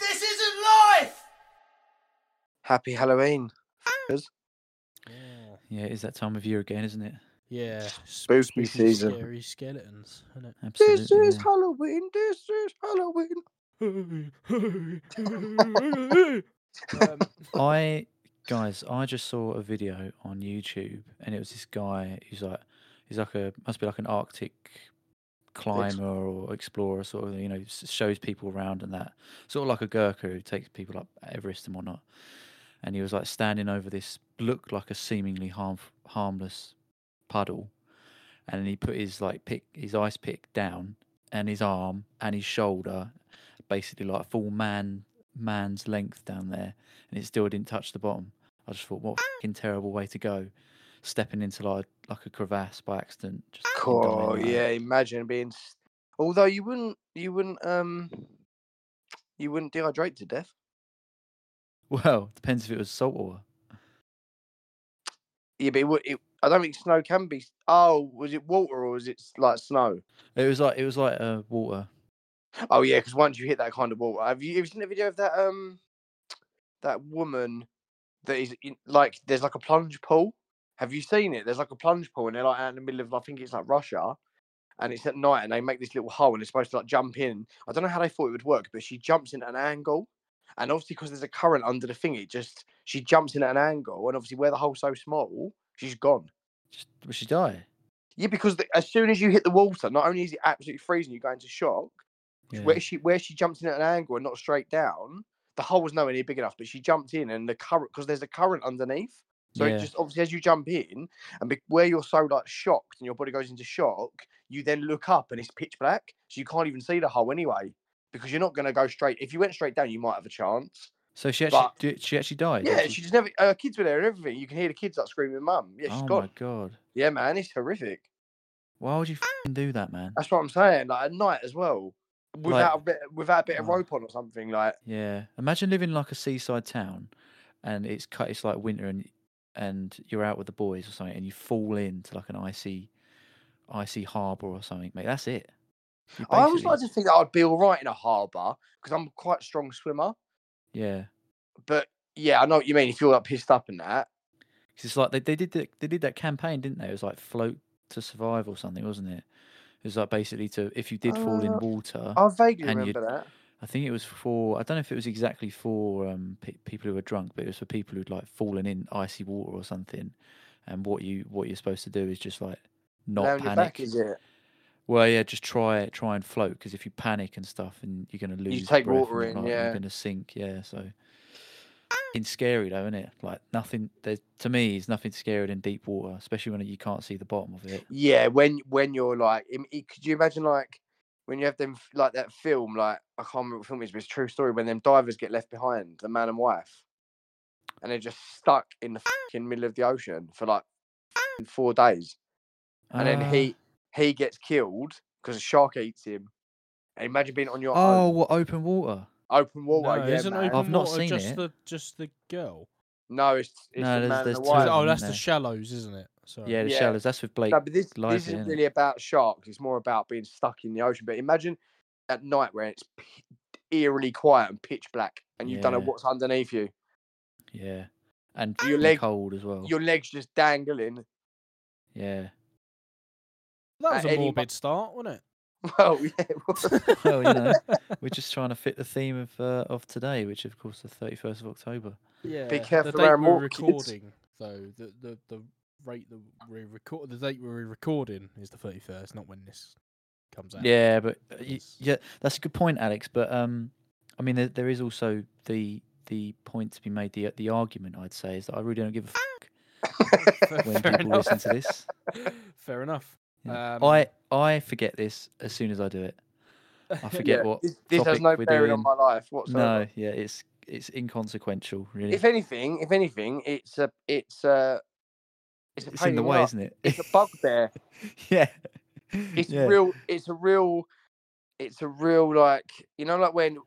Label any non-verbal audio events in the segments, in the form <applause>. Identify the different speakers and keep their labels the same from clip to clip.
Speaker 1: This isn't life!
Speaker 2: Happy Halloween.
Speaker 3: Yeah, it is that time of year again, isn't it?
Speaker 4: Yeah.
Speaker 2: Spooky
Speaker 4: <laughs>
Speaker 2: season.
Speaker 4: Scary skeletons, isn't
Speaker 3: Absolutely. yeah.
Speaker 2: Halloween. This is Halloween.
Speaker 4: it? um,
Speaker 3: I guys, I just saw a video on YouTube, and it was this guy who's like, he's like a must be like an Arctic climber or explorer, sort of. You know, s- shows people around and that sort of like a Gurkha who takes people up Everest and whatnot. And he was like standing over this looked like a seemingly harm harmless puddle, and he put his like pick his ice pick down and his arm and his shoulder, basically like full man man's length down there and it still didn't touch the bottom. I just thought, what a fucking terrible way to go, stepping into like like a crevasse by accident. Just <laughs> fucking dying
Speaker 2: Cool.
Speaker 3: like that.
Speaker 2: Yeah, imagine being. s- Although you wouldn't, you wouldn't, um, you wouldn't dehydrate to death.
Speaker 3: Well, depends if it was salt water.
Speaker 2: Yeah, but it, would- it, I don't think snow can be. s- Oh, was it water or was it s- like snow?
Speaker 3: It was like it was like uh, water.
Speaker 2: Oh yeah, because once you hit that kind of water, have you, have you seen the video of that um, that woman that is in, like there's like a plunge pool. Have you seen it? There's like a plunge pool, and they're like out in the middle of I think it's like Russia, and it's at night, and they make this little hole, and it's supposed to like jump in. I don't know how they thought it would work, but she jumps in at an angle, and obviously because there's a current under the thing, it just she jumps in at an angle, and obviously where the hole's so small, she's gone.
Speaker 3: Just would she die?
Speaker 2: Yeah, because the, as soon as you hit the water, not only is it absolutely freezing, you go into shock
Speaker 3: Yeah.
Speaker 2: where she where she jumped in at an angle and not straight down, the hole was nowhere near big enough. But she jumped in, and the current because there's a current underneath. So
Speaker 3: Yeah.
Speaker 2: it just obviously as you jump in, and be, where you're so like shocked and your body goes into shock, you then look up and it's pitch black, so you can't even see the hole anyway because you're not going to go straight. If you went straight down, you might have a chance.
Speaker 3: So she actually
Speaker 2: but-
Speaker 3: did, she actually died. did
Speaker 2: Yeah, she just never. Her kids were there and everything. You can hear the kids like screaming, "Mum!" Yeah, she's
Speaker 3: oh
Speaker 2: gone.
Speaker 3: my god!
Speaker 2: Yeah, man, it's horrific.
Speaker 3: Why would you fing do that, man?
Speaker 2: That's what I'm saying. Like at night as well, without a bit, without a bit of
Speaker 3: Oh.
Speaker 2: rope on or something. Like
Speaker 3: Yeah, imagine living like a seaside town, and it's cut. It's like winter, and and you're out with the boys or something, and you fall into like an icy, icy harbour or something, mate. That's it. You
Speaker 2: I always
Speaker 3: basically-
Speaker 2: like to think that I'd be all right in a harbour because I'm quite a strong swimmer.
Speaker 3: yeah,
Speaker 2: But yeah, I know what you mean. If you're like pissed up and that,
Speaker 3: 'Cause it's like they, they did the, they did that campaign, didn't they? It was like float to survive or something, wasn't it? It was like basically to if you did fall in
Speaker 2: Uh,
Speaker 3: water.
Speaker 2: I vaguely
Speaker 3: And you'd-
Speaker 2: remember that.
Speaker 3: I think it was for I don't know if it was exactly for um, pe- people who were drunk, but it was for people who'd like fallen in icy water or something. And what you what you're supposed to do is just like not
Speaker 2: Lay on your
Speaker 3: panic.
Speaker 2: back, is it?
Speaker 3: Well, yeah, just try try and float because if you panic and stuff, and you're gonna lose.
Speaker 2: take
Speaker 3: breath and
Speaker 2: water in,
Speaker 3: whatnot, and
Speaker 2: yeah.
Speaker 3: You're gonna sink. Yeah, so. It's scary though, isn't it? Like nothing. There's to me, it's nothing scarier than deep water, especially when you can't see the bottom of it.
Speaker 2: Yeah, when when you're like, im- i- could you imagine like when you have them f- like that film, like I can't remember what film it is, but it's a true story when them divers get left behind, the man and wife, and they're just stuck in the fucking middle of the ocean for like f***ing four days. and then
Speaker 3: Ah.
Speaker 2: he he gets killed because a shark eats him. And imagine being on your
Speaker 3: Oh,
Speaker 2: own,
Speaker 3: what open water?
Speaker 2: Oh, open water.
Speaker 4: no,
Speaker 2: yeah,
Speaker 4: isn't
Speaker 2: man.
Speaker 4: open
Speaker 3: I've not
Speaker 4: water
Speaker 3: seen
Speaker 4: just
Speaker 3: it.
Speaker 4: the just the girl?
Speaker 2: No, it's it's
Speaker 3: No,
Speaker 2: the
Speaker 3: there's-
Speaker 2: man and
Speaker 3: there's
Speaker 2: the
Speaker 3: two of
Speaker 2: wife.
Speaker 3: them.
Speaker 4: oh,
Speaker 3: in
Speaker 4: that's the
Speaker 3: there.
Speaker 4: shallows, isn't it? Sorry.
Speaker 3: Yeah, the
Speaker 2: Yeah.
Speaker 3: shallows. That's with Blake.
Speaker 2: No, but this
Speaker 3: lies
Speaker 2: this
Speaker 3: in,
Speaker 2: isn't
Speaker 3: innit?
Speaker 2: really about sharks. It's more about being stuck in the ocean. But imagine at night where it's p- eerily quiet and pitch black, and you don't know
Speaker 3: Yeah.
Speaker 2: what's underneath you.
Speaker 3: Yeah, and
Speaker 2: Your
Speaker 3: fucking
Speaker 2: leg-
Speaker 3: cold as well.
Speaker 2: Your legs just dangling. <laughs>
Speaker 3: Yeah.
Speaker 4: that
Speaker 2: uh,
Speaker 4: was a
Speaker 2: any mu-
Speaker 4: morbid start, wasn't it?
Speaker 2: Well, yeah,
Speaker 3: <laughs>
Speaker 2: it was.
Speaker 3: Well,
Speaker 2: <laughs>
Speaker 3: you know, we're just trying to fit the theme of uh, of today, which of course the thirty first of October.
Speaker 4: Yeah.
Speaker 2: careful
Speaker 4: The date
Speaker 2: around
Speaker 4: we we're
Speaker 2: orchids.
Speaker 4: recording, though, the the the rate that we record, the date we're recording is the thirty first, not when this comes out. <laughs>
Speaker 3: Yeah, but uh, y-
Speaker 4: Yes.
Speaker 3: yeah, that's a good point, Alex. But um, I mean, there, there is also the the point to be made. The the argument I'd say is that I really don't give
Speaker 2: <laughs>
Speaker 3: a fuck
Speaker 4: Fair-
Speaker 3: when
Speaker 4: fair
Speaker 3: people
Speaker 4: enough.
Speaker 3: listen to this.
Speaker 4: Fair enough.
Speaker 3: you know.
Speaker 4: Um,
Speaker 3: I I forget this as soon as I do it. I forget
Speaker 2: Yeah,
Speaker 3: what
Speaker 2: this, this has
Speaker 3: topic
Speaker 2: no
Speaker 3: we're
Speaker 2: bearing on
Speaker 3: doing.
Speaker 2: my life
Speaker 3: no,
Speaker 2: whatsoever.
Speaker 3: yeah, it's it's inconsequential, really.
Speaker 2: If anything, if anything, it's a it's a it's a
Speaker 3: it's
Speaker 2: pain
Speaker 3: in the way,
Speaker 2: way,
Speaker 3: isn't it?
Speaker 2: It's a bugbear.
Speaker 3: <laughs> yeah,
Speaker 2: it's
Speaker 3: yeah.
Speaker 2: real it's a real it's a real like you know like when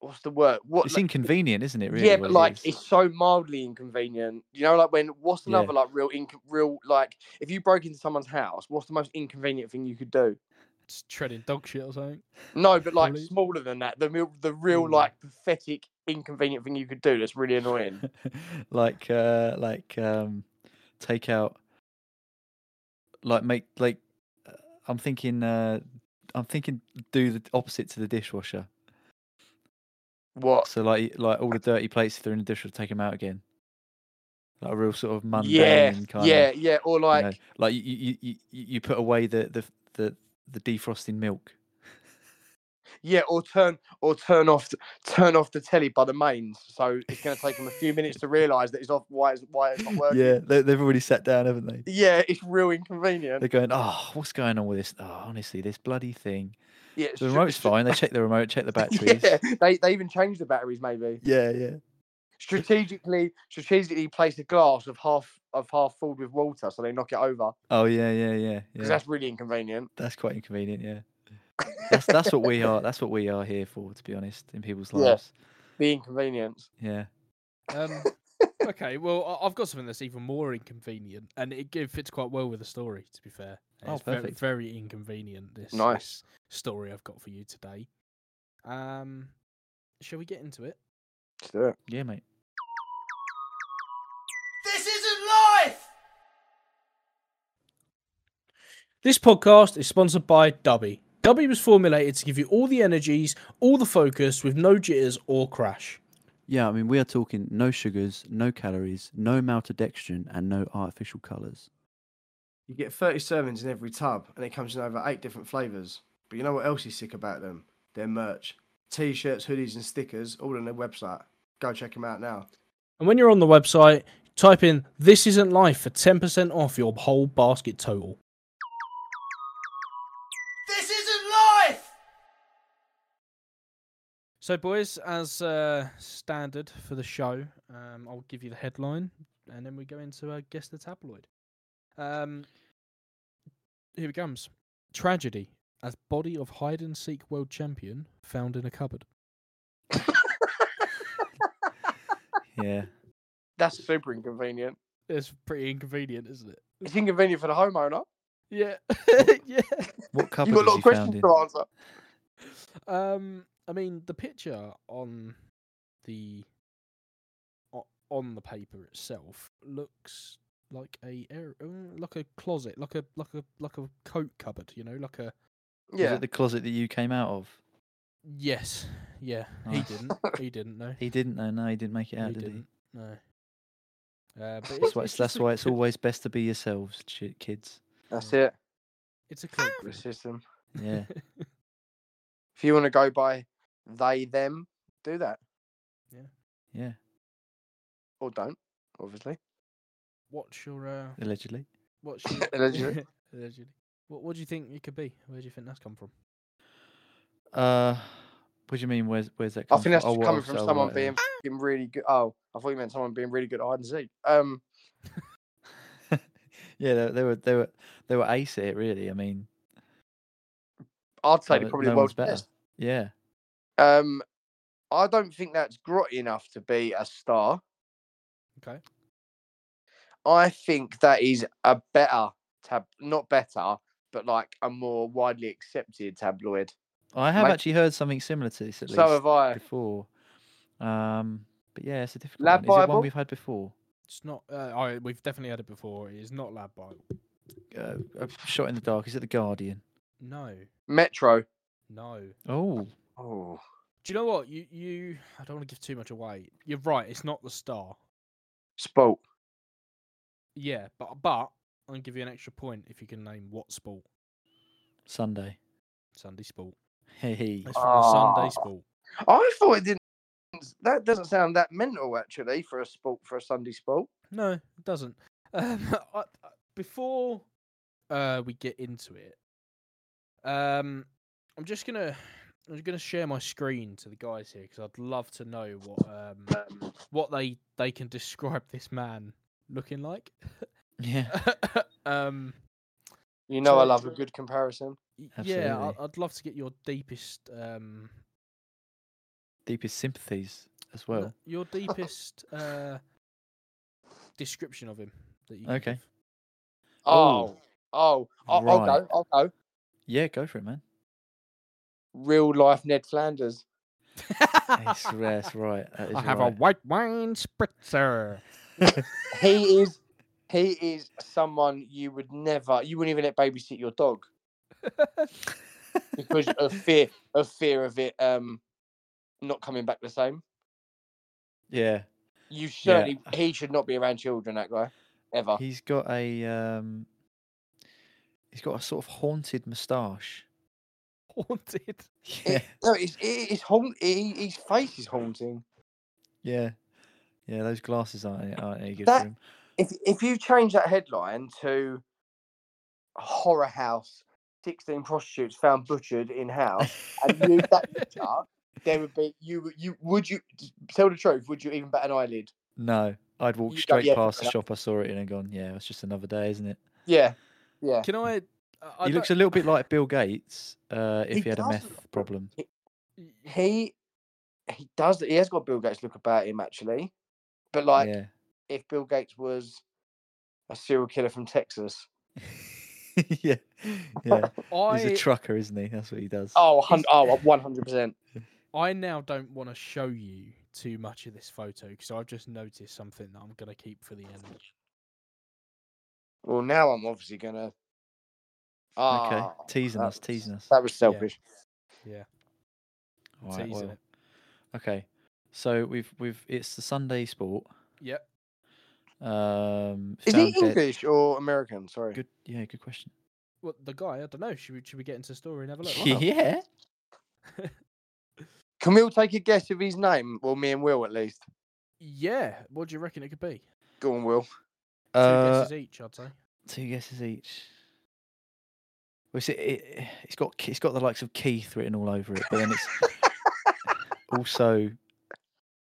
Speaker 2: what's the word what
Speaker 3: It's
Speaker 2: like-
Speaker 3: inconvenient, isn't it? Really,
Speaker 2: yeah
Speaker 3: what
Speaker 2: but
Speaker 3: it
Speaker 2: like
Speaker 3: is?
Speaker 2: it's so mildly inconvenient you know like when what's
Speaker 3: Yeah.
Speaker 2: another like real inc- real like if you broke into someone's house what's the most inconvenient thing you could do
Speaker 4: <laughs> just treading dog shit or something.
Speaker 2: No, but like
Speaker 4: Probably.
Speaker 2: smaller than that. The real, the real
Speaker 4: Mm.
Speaker 2: like pathetic, inconvenient thing you could do that's really annoying.
Speaker 3: <laughs> like uh like um take out like make like uh, i'm thinking uh i'm thinking do the opposite to the dishwasher
Speaker 2: What?
Speaker 3: so like like all the dirty plates if they're in the dishwasher take them out again like a real sort of mundane
Speaker 2: yeah,
Speaker 3: kind
Speaker 2: yeah,
Speaker 3: of
Speaker 2: yeah. Or
Speaker 3: you know,
Speaker 2: like,
Speaker 3: like you, you you you you put away the the the, the defrosting milk
Speaker 2: yeah, or turn or turn off th- turn off the telly by the mains. So it's going to take them a few minutes to realise that it's off. Why it's why
Speaker 3: <laughs>
Speaker 2: it's not working?
Speaker 3: yeah they, they've already sat down haven't they
Speaker 2: Yeah, it's real inconvenient.
Speaker 3: they're going oh what's going on with this oh honestly this bloody thing
Speaker 2: Yeah, it's
Speaker 3: the
Speaker 2: ju-
Speaker 3: remote's
Speaker 2: it's ju-
Speaker 3: fine they check the remote check the
Speaker 2: <laughs>
Speaker 3: batteries
Speaker 2: Yeah, they they even changed the batteries maybe.
Speaker 3: Yeah, yeah.
Speaker 2: Strategically, strategically place a glass of half of half filled with water so they knock it over
Speaker 3: Oh, yeah, yeah, yeah. yeah.
Speaker 2: because
Speaker 3: That's,
Speaker 2: that's really inconvenient.
Speaker 3: quite inconvenient. Yeah, that's that's what
Speaker 2: <laughs>
Speaker 3: we are. That's what we are here for, to be honest, in people's
Speaker 2: Yeah.
Speaker 3: lives.
Speaker 2: The inconvenience.
Speaker 3: Yeah.
Speaker 4: <laughs> Um, okay, well, I- I've got something that's even more inconvenient, and it, it fits quite well with the story. To be fair, And
Speaker 3: Oh,
Speaker 4: it's very,
Speaker 3: perfect.
Speaker 4: very inconvenient. This
Speaker 2: Nice.
Speaker 4: this story I've got for you today. Um, shall we get into it?
Speaker 2: Let's do it.
Speaker 3: yeah, mate.
Speaker 1: This isn't life!
Speaker 4: This podcast is sponsored by Dubby. Dubby was formulated to give you all the energies, all the focus, with no jitters or crash.
Speaker 3: Yeah, I mean, we are talking no sugars, no calories, no maltodextrin, and no artificial colours.
Speaker 1: You get 30 servings in every tub, and it comes in over eight different flavours. But you know what else is sick about them? Their merch. T shirts, hoodies, and stickers, all on their website. Go check them out now.
Speaker 4: And when you're on the website, type in "This Isn't Life" for ten percent off your whole basket total.
Speaker 1: This isn't life!
Speaker 4: So, boys, as uh, standard for the show, um, I'll give you the headline, and then we go into uh, guess the tabloid. Um, here it comes: tragedy as body of hide and seek world champion found in a cupboard.
Speaker 2: <laughs>
Speaker 3: Yeah.
Speaker 2: That's super inconvenient.
Speaker 4: It's pretty inconvenient, isn't it?
Speaker 2: It's inconvenient for the homeowner.
Speaker 4: Yeah, <laughs> yeah.
Speaker 3: What
Speaker 2: You've
Speaker 3: cupboard
Speaker 2: got a
Speaker 3: was
Speaker 2: lot
Speaker 3: he
Speaker 2: of
Speaker 3: found
Speaker 2: questions
Speaker 3: in?
Speaker 2: to answer.
Speaker 4: Um, I mean, the picture on the o- on the paper itself looks like a air- uh, like a closet, like a like a like a coat cupboard, you know, like a
Speaker 3: Was
Speaker 2: Yeah.
Speaker 3: it the closet that you came out of?
Speaker 4: yes, yeah. He
Speaker 3: Nice.
Speaker 4: didn't. <laughs> He didn't. No.
Speaker 3: He didn't, though. No, he didn't make it out,
Speaker 4: he
Speaker 3: did he?
Speaker 4: didn't. No. Uh, but
Speaker 3: That's
Speaker 4: it's,
Speaker 3: why
Speaker 4: it's
Speaker 3: it's,
Speaker 4: just
Speaker 3: that's
Speaker 4: a
Speaker 3: why it's
Speaker 4: cl-
Speaker 2: <laughs>
Speaker 3: always best to be yourselves, chi- kids.
Speaker 2: That's it.
Speaker 4: it's a cloak.
Speaker 2: The
Speaker 4: <laughs>
Speaker 2: system. <laughs>
Speaker 3: Yeah.
Speaker 2: If you want to go by they, them, do that.
Speaker 3: Yeah.
Speaker 2: Or don't, obviously.
Speaker 4: what's your uh,
Speaker 3: Allegedly.
Speaker 4: what's your
Speaker 2: Allegedly.
Speaker 4: <laughs> allegedly. What what do you think it could be? Where do you think that's come from?
Speaker 3: Uh, what do you mean? Where's where's that
Speaker 2: I
Speaker 3: coming
Speaker 2: think that's
Speaker 3: from?
Speaker 2: just
Speaker 3: Oh,
Speaker 2: coming
Speaker 3: what-
Speaker 2: from
Speaker 3: oh,
Speaker 2: someone
Speaker 3: right, yeah.
Speaker 2: being f***ing really good. Oh, I thought you meant someone being really good at hide and seek. Um,
Speaker 3: <laughs> yeah, they, they were they were they were ace at it really. I mean,
Speaker 2: I'd say
Speaker 3: no-
Speaker 2: they're probably
Speaker 3: no
Speaker 2: the world's
Speaker 3: one's better.
Speaker 2: best.
Speaker 3: Yeah,
Speaker 2: Um, I don't think that's grotty enough to be a star.
Speaker 4: Okay.
Speaker 2: I think that is a better tab, not better, but like a more widely accepted tabloid.
Speaker 3: I have
Speaker 2: Mate-
Speaker 3: actually heard something similar to this at
Speaker 2: So
Speaker 3: least
Speaker 2: have I.
Speaker 3: before. Um, but yeah, it's a difficult
Speaker 2: Lab
Speaker 3: one. Is it
Speaker 2: Bible?
Speaker 3: one we've had before?
Speaker 4: It's not. Uh, I we've definitely had it before. It is not lab bio.
Speaker 3: Uh, a shot in the dark. Is it the Guardian?
Speaker 4: No,
Speaker 2: Metro.
Speaker 4: no.
Speaker 3: Oh,
Speaker 2: Oh,
Speaker 4: Do you know what you you? I don't want to give too much away. You're right. It's not the star.
Speaker 2: Sport.
Speaker 4: Yeah, but but I'll give you an extra point if you can name what sport
Speaker 3: Sunday.
Speaker 4: Sunday sport.
Speaker 3: Hey,
Speaker 4: It's from the Sunday
Speaker 2: Ah.
Speaker 4: sport.
Speaker 2: I thought it didn't. That doesn't sound that mental actually for a sport for a Sunday sport.
Speaker 4: No, it doesn't. <laughs> Um, I, I- before uh, we get into it, um, I'm just gonna I'm just gonna share my screen to the guys here because I'd love to know what um, what they they can describe this man looking like. <laughs>
Speaker 3: yeah.
Speaker 4: um,
Speaker 2: You know, I
Speaker 4: So-
Speaker 2: love a good comparison.
Speaker 4: y- yeah,
Speaker 3: Absolutely.
Speaker 4: I, I'd love to get your deepest um,
Speaker 3: Deepest sympathies as
Speaker 4: no,
Speaker 3: well.
Speaker 4: your deepest <laughs> uh, description of him. That you can
Speaker 3: Okay.
Speaker 4: give.
Speaker 2: Oh,
Speaker 3: Oh,
Speaker 2: oh, I'll, I'll go.
Speaker 3: right.
Speaker 2: I'll go.
Speaker 3: Yeah, go for it,
Speaker 4: <laughs>
Speaker 3: man.
Speaker 2: Real life Ned Flanders.
Speaker 4: <laughs>
Speaker 3: Yes, that's right. That is
Speaker 4: I have a
Speaker 3: right.
Speaker 4: white wine spritzer.
Speaker 2: He is he is someone you would never you wouldn't even let babysit your dog because of fear of fear of it um not coming back the same.
Speaker 3: <laughs> yeah.
Speaker 2: You certainly he should not be around children, that guy. Ever.
Speaker 3: He's got a um he's got a sort of haunted moustache.
Speaker 4: <laughs> Haunted.
Speaker 2: <laughs>
Speaker 3: Yeah.
Speaker 2: No, it's it, it's haun- he, his face is haunting.
Speaker 3: Yeah. Yeah, those glasses aren't aren't any good
Speaker 2: That-
Speaker 3: for him.
Speaker 2: If if you change that headline to horror house, sixteen prostitutes found butchered in house, and use that picture, there would be you would- you would you tell the truth? Would you even bat an eyelid?
Speaker 3: <laughs> No. I'd walk
Speaker 2: You don't-
Speaker 3: straight
Speaker 2: yeah,
Speaker 3: past the
Speaker 2: yeah.
Speaker 3: shop I saw it in and gone, yeah, it's just another day, isn't it?
Speaker 2: Yeah, yeah.
Speaker 4: Can I? I- I
Speaker 3: he looks a
Speaker 4: don't-
Speaker 3: little bit like Bill Gates, uh, if
Speaker 2: He
Speaker 3: he, had a
Speaker 2: does
Speaker 3: meth
Speaker 2: look like-
Speaker 3: problem.
Speaker 2: He he does he has got Bill Gates look about him actually, but like
Speaker 3: yeah.
Speaker 2: if Bill Gates was a serial killer from Texas,
Speaker 3: <laughs> yeah. Yeah. He's
Speaker 4: I,
Speaker 3: a trucker, isn't he? That's what he does.
Speaker 2: oh, hun- oh, one hundred percent.
Speaker 4: I now don't want to show you too much of this photo because I've just noticed something that I'm gonna keep for the end.
Speaker 2: Well, now I'm obviously gonna.
Speaker 3: okay.
Speaker 2: Ah,
Speaker 3: Teasing
Speaker 2: that
Speaker 3: us,
Speaker 2: was-
Speaker 3: teasing us.
Speaker 2: That was selfish.
Speaker 3: All right,
Speaker 4: teasing
Speaker 3: well, Okay. So we've we've it's the Sunday sport.
Speaker 4: Yep.
Speaker 3: Um
Speaker 2: Is he
Speaker 3: found dead-
Speaker 2: English or American? Sorry.
Speaker 3: Good yeah, good question.
Speaker 4: Well, the guy. I don't know. Should we should we get into the story and have a
Speaker 3: <laughs>
Speaker 4: look?
Speaker 3: yeah.
Speaker 2: Can we all take a guess of his name? Well, me and Will at least.
Speaker 4: Yeah. What do you reckon it could be?
Speaker 2: Go on, Will.
Speaker 4: Two
Speaker 3: Uh,
Speaker 4: guesses each, I'd say.
Speaker 3: two guesses each. Well, it's, it, it, it's got Ke- it's got the likes of Keith written all over it, but
Speaker 2: <laughs>
Speaker 3: then it's also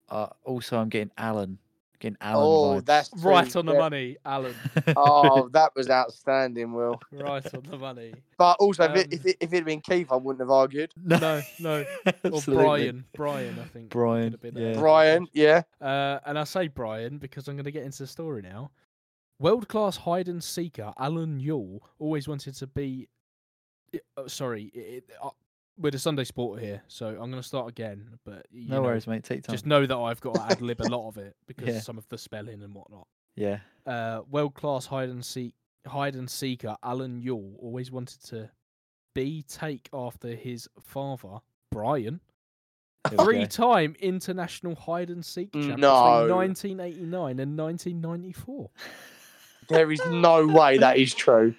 Speaker 3: uh, also I'm getting Alan, getting Alan.
Speaker 2: oh,
Speaker 3: vibes. <laughs>
Speaker 2: that's
Speaker 4: Right
Speaker 2: too-
Speaker 4: on the
Speaker 2: yeah.
Speaker 4: money, Alan.
Speaker 2: oh, that was outstanding, Will.
Speaker 4: Right on the
Speaker 3: <laughs>
Speaker 4: money.
Speaker 2: But also, if, it,
Speaker 4: Um,
Speaker 2: if, it, if it had been Keith, I wouldn't have argued.
Speaker 4: No, no. Or
Speaker 3: absolutely.
Speaker 4: Brian. Brian, I think. could
Speaker 3: Brian,
Speaker 4: have been
Speaker 3: yeah.
Speaker 4: it.
Speaker 2: Brian, yeah.
Speaker 4: Uh, and I say Brian because I'm going to get into the story now. World class hide and seeker Alan Yule always wanted to be. i- oh, sorry, i it, uh, we're the Sunday sport here, so I'm going to start again. But you
Speaker 3: No
Speaker 4: know,
Speaker 3: worries, mate. Take time.
Speaker 4: Just know that I've got to ad lib a lot of it because
Speaker 3: <laughs> Yeah.
Speaker 4: some of the spelling and whatnot.
Speaker 3: Yeah,
Speaker 4: uh, world class hide and seek hide and seeker Alan Yule always wanted to be take after his father Brian,
Speaker 3: there we
Speaker 4: three
Speaker 3: go.
Speaker 4: time international hide and seek champ
Speaker 2: No.
Speaker 4: between 1989 and 1994.
Speaker 2: There is no way that is true.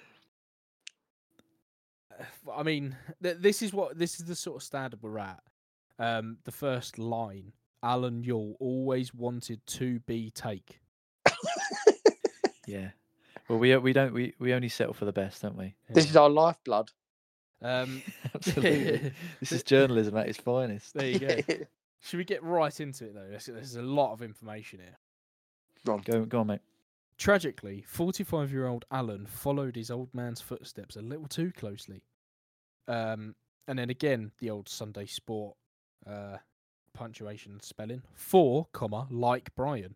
Speaker 4: Uh, <sighs> I mean, th- this is what this is the sort of standard we're at. Um, the first line. Alan Yule always wanted to be take.
Speaker 3: Yeah. Well, we uh, we don't we, we only settle for the best, don't we? <laughs>
Speaker 2: This is our lifeblood. <laughs>
Speaker 4: Um, <laughs>
Speaker 3: Absolutely. this is journalism at its finest.
Speaker 4: there you go. Should we get right into it though? There's, there's a lot of information here.
Speaker 3: Go go on, mate.
Speaker 4: Tragically, 45 year old Alan followed his old man's footsteps a little too closely. Um, and then again, the old Sunday sport uh, punctuation and spelling. For, comma, like Brian.